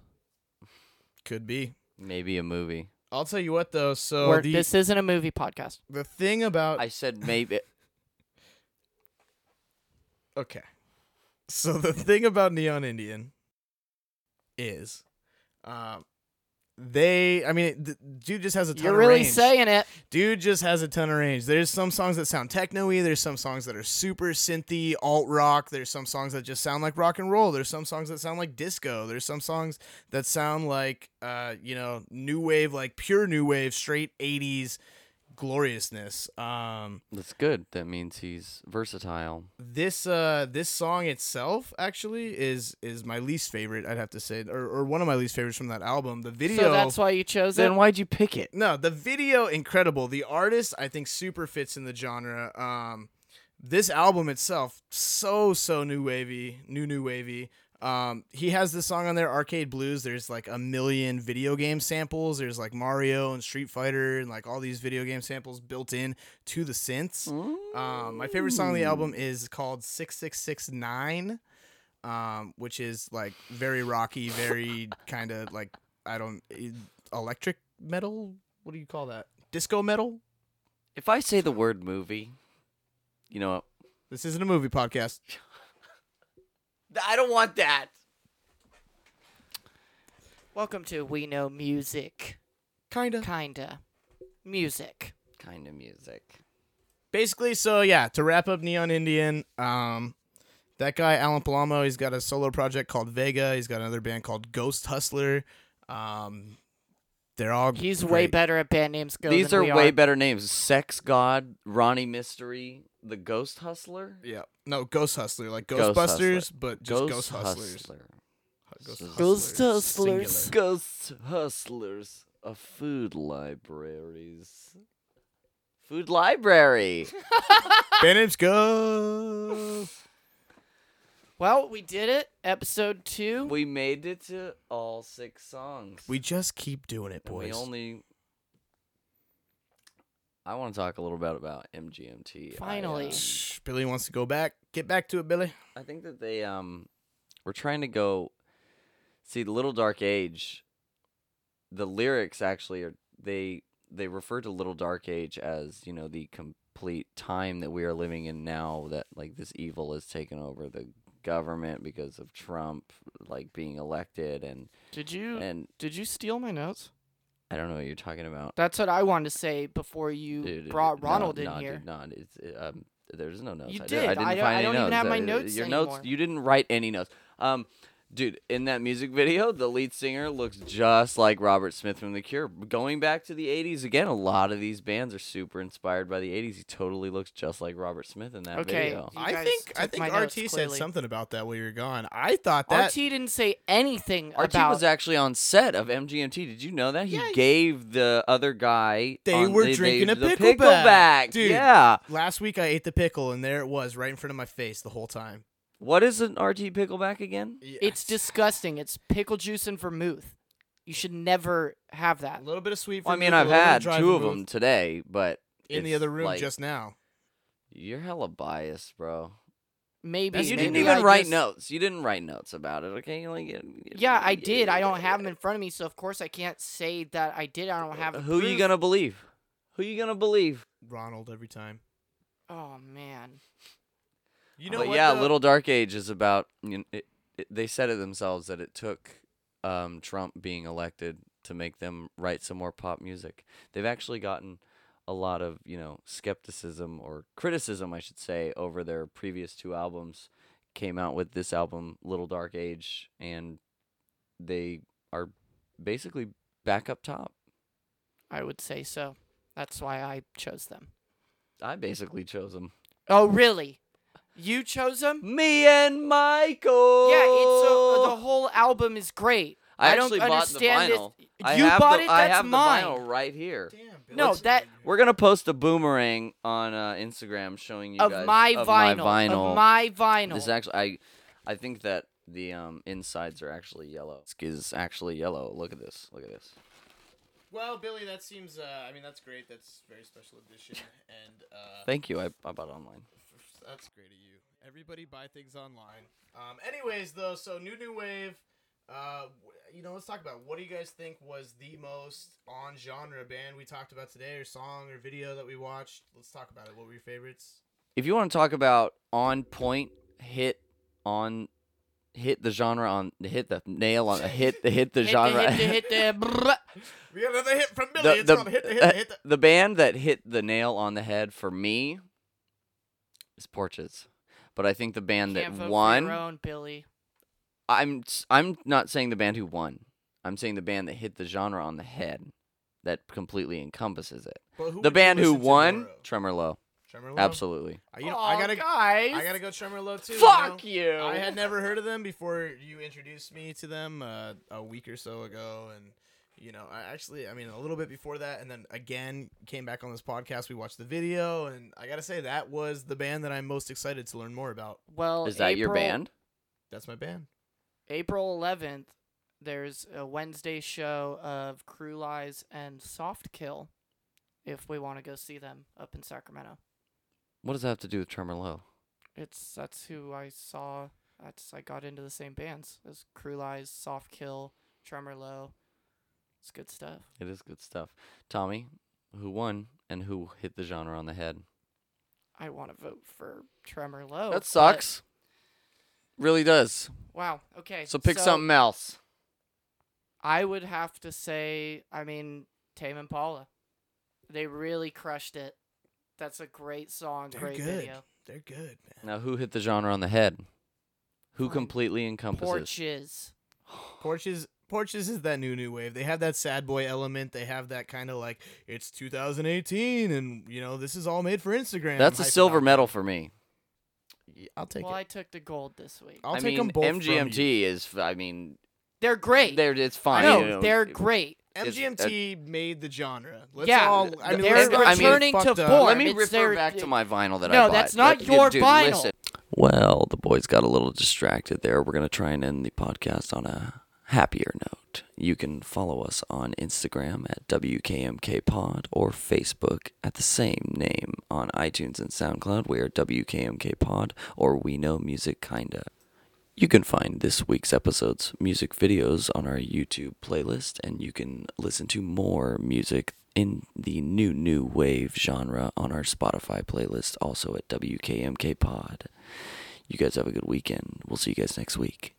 B: could be?
A: maybe a movie.
B: I'll tell you what though. So
C: We're-
B: the,
C: this isn't a movie podcast.
B: the thing about
A: I said maybe.
B: Okay. So the thing about Neon Indian is, um, they. I mean, th- dude just has a ton.
C: You're
B: of
C: really
B: range.
C: saying it.
B: Dude just has a ton of range. There's some songs that sound techno-y. There's some songs that are super synthy, alt rock. There's some songs that just sound like rock and roll. There's some songs that sound like disco. There's some songs that sound like, uh, you know, new wave, like pure new wave, straight '80s gloriousness. Um,
A: That's good. That means he's versatile.
B: this uh this song itself actually is is my least favorite i'd have to say or, or one of my least favorites from that album the video
C: So that's why you chose it.
A: Then why'd you pick it?
B: no the video incredible the artist i think super fits in the genre um this album itself so so new wavy new new wavy um he has this song on there arcade blues there's like a million video game samples there's like mario and street fighter and like all these video game samples built in to the synths um, my favorite song on the
C: Hmm.
B: album is called 6669, um, which is like very rocky, very kind of like, I don't, e- electric metal? What do you call that? Disco metal?
A: If I say the word movie, you know what?
B: This isn't a movie podcast.
A: I don't want that.
C: Welcome to We Know Music.
B: Kinda.
C: Kinda. Music.
A: Kind of music.
B: Basically, so yeah, to wrap up Neon Indian, um, that guy, Alan Palamo, he's got a solo project called Vega. He's got another band called Ghost Hustler. Um, they're all
C: He's way
B: great.
C: better at band names go
A: These
C: than
A: are
C: we
A: way better names. Sex God, Ronnie Mystery, The Ghost Hustler.
B: Yeah. No, Ghost Hustler, like
A: Ghost
B: Ghostbusters,
A: Hustler.
B: but just Ghost, Hustlers.
A: Hustler.
C: Ghost
B: Singular.
C: Hustlers.
A: Ghost Hustlers of Food Libraries. Food Library.
B: Band name's Ghost.
C: Well, we did it. Episode two.
A: we made it to all six songs.
B: We just keep doing it,
A: And we
B: boys.
A: only. I want to talk a little bit about MGMT. I,
C: Finally.
A: um,
B: Shh, Billy wants to go back. Get back to it, Billy.
A: I think that they um were trying to go see the Little Dark Age the lyrics actually are they they refer to Little Dark Age as you know the complete time that we are living in now that like this evil has taken over the government because of Trump like being elected and
C: Did you
A: and
C: did you steal my notes?
A: I don't know what you're talking about.
C: That's what I wanted to say before you
A: Dude,
C: brought
A: no,
C: Ronald in
A: no,
C: here.
A: Dude, not it's uh, um. There's no notes.
C: You
A: I
C: did.
A: I didn't
C: I
A: find
C: don't- I
A: any
C: don't even
A: notes.
C: have my
A: Uh,
C: notes
A: Your
C: anymore.
A: notes. You didn't write any notes. Um, dude, in that music video, the lead singer looks just like Robert Smith from The Cure. Going back to the '80s again, a lot of these bands are super inspired by the '80s. He totally looks just like Robert Smith in that
C: Okay.
A: video.
C: You
B: I
C: guys
B: think I
C: took my
B: think RT
C: notes,
B: said
C: clearly.
B: something about that while you were gone. I thought that
C: RT didn't say anything
A: RT
C: about
A: was actually on set of MGMT. Did you know that he
B: Yeah, he-
A: gave the other guy
B: They
A: on-
B: were
A: they-
B: drinking a
A: the
B: pickleback. Dude.
A: Yeah,
B: last week I ate the pickle and there it was right in front of my face the whole time.
A: what is an RT pickleback again?
C: It's disgusting. It's pickle juice and vermouth. You should never have
B: a
C: that.
B: little bit of sweet.
A: Well, I
B: vermouth,
A: mean,
B: a
A: I've
B: little bit
A: had
B: dry
A: two of
B: vermouth
A: them today, but
B: in the
A: it's
B: other room
A: like,
B: just now.
A: You're hella biased, bro.
C: Maybe
A: You didn't
C: maybe
A: even
C: I
A: write
C: just-
A: notes. You didn't write notes about it, okay? Like, it- it-
C: Yeah, I
A: it-
C: did. I don't
A: it-
C: have them in front of me, so of course I can't say that I did. I don't have.
A: Who you
C: proof.
A: gonna believe? Who you gonna believe?
B: Ronald every time.
C: Oh man.
B: You know
A: Uh, but
B: what?
A: yeah,
B: though?
A: Little Dark Age is about. You know, it, it, they said it themselves that it took um, Trump being elected to make them write some more pop music. They've actually gotten a lot of you know skepticism or criticism, I should say, over their previous two albums. Came out with this album, Little Dark Age, and they are basically back up top.
C: I would say so. That's why I chose them.
A: I basically chose them.
C: Oh really? You chose them?
A: Me and Michael.
C: Yeah. It's a, the whole album is great.
A: Oh. I,
C: don't
A: actually bought the
C: understand this-
A: vinyl. I
C: You
A: have
C: bought
A: the,
C: it.
A: I
C: That's
A: have
C: mine.
A: the vinyl right here.
B: Damn, Bill.
C: No, that-
A: We're gonna post a boomerang on uh, Instagram showing you
C: of
A: guys
C: my
A: of
C: vinyl.
A: my vinyl.
C: Of my vinyl.
A: This actually, I, I think that the um, insides are actually yellow. This is actually yellow. Look at this. Look at this.
B: Well, Billy, that seems. Uh, I mean, that's great. That's very special edition, and uh,
A: Thank you. I, I bought it online.
B: that's great of you. Everybody buy things online. Um, anyways, though, so new new wave. Uh, wh- you know, let's talk about what do you guys think was the most on genre band we talked about today, or song, or video that we watched. Let's talk about it. What were your favorites?
A: If you want to talk about on point hit on hit the genre on hit the nail on hit the hit the
C: Hit the,
A: genre
C: hit the, hit the, brrr.
B: We got another hit from Billy.
A: the, uh,
B: it's called hit the hit the
A: the,
B: hit the.
A: the band that hit the nail on the head for me is Porches. But I think the band
C: Can't vote
A: that
C: for
A: won,
C: your own, Billy.
A: I'm s- I'm not saying the band who won. I'm saying the band that hit the genre on the head that completely encompasses it.
B: But who
A: the
B: would you
A: band who
B: listen to
A: won, Oh,
B: more of?
A: Tremor Low.
B: Tremor Low?
A: Absolutely.
B: Uh, You know, I
C: Aw,
B: gotta,
C: guys.
B: I gotta go Tremor Low too. you know?
C: Fuck you.
B: I had never heard of them before you introduced me to them uh, a week or so ago, and you know, I actually, I mean, a little bit before that, and then again came back on this podcast. We watched the video, and I gotta say that was the band that I'm most excited to learn more about.
C: Well,
A: Is that your
C: April-
A: band?
B: That's my band.
C: April 11th, there's a Wednesday show of Crew Lies and Soft Kill if we want to go see them up in Sacramento.
A: What does that have to do with Tremor Low?
C: It's that's who I saw. That's I got into the same bands as Crew Lies, Soft Kill, Tremor Low. It's good stuff.
A: It is good stuff. Tommy, who won and who hit the genre on the head?
C: I want to vote for Tremor Low.
A: that
C: Oh, but-
A: sucks. Really does.
C: Wow. Okay.
A: So pick something else.
C: I would have to say, I mean, Tame Impala. They really crushed it. That's a great song,
B: They're
C: great
B: good.
C: video.
B: They're good, man.
A: Now, who hit the genre on the head? Who
C: Fine.
A: completely encompasses?
C: Porches.
B: Porches. Porches is that new new wave. They have that sad boy element. They have that kind of like it's 2018, and you know this is all made for Instagram.
A: That's a
B: hype
A: silver
B: about.
A: medal for me.
B: I'll take
C: Well,
B: it.
C: I took the gold this week.
B: I'll
A: I
B: take
A: mean,
B: them both. from you.
A: MGMT is. I mean,
C: They're great.
A: They're it's fine.
C: no,
A: you know,
C: they're
A: it-
C: great.
A: is-
B: MGMT made the genre. Let's
C: Yeah,
B: all, I mean,
C: they're
B: let's not get
C: returning
B: fucked
C: to
B: up.
C: form.
A: Uh, Let me
C: It's
A: refer
C: their-
A: back to my vinyl that I
C: No,
A: bought.
C: that's not
A: Let-
C: your
A: dude,
C: vinyl.
A: listen. Well, the boys got a little distracted there. We're going to try and end the podcast on a happier note. You can follow us on Instagram at WKMK Pod or Facebook at the same name. On iTunes and SoundCloud, we are WKMK Pod or We Know Music Kinda. You can find this week's episode's music videos on our YouTube playlist, and you can listen to more music in the new new wave genre on our Spotify playlist, also at WKMK Pod. You guys have a good weekend. We'll see you guys next week.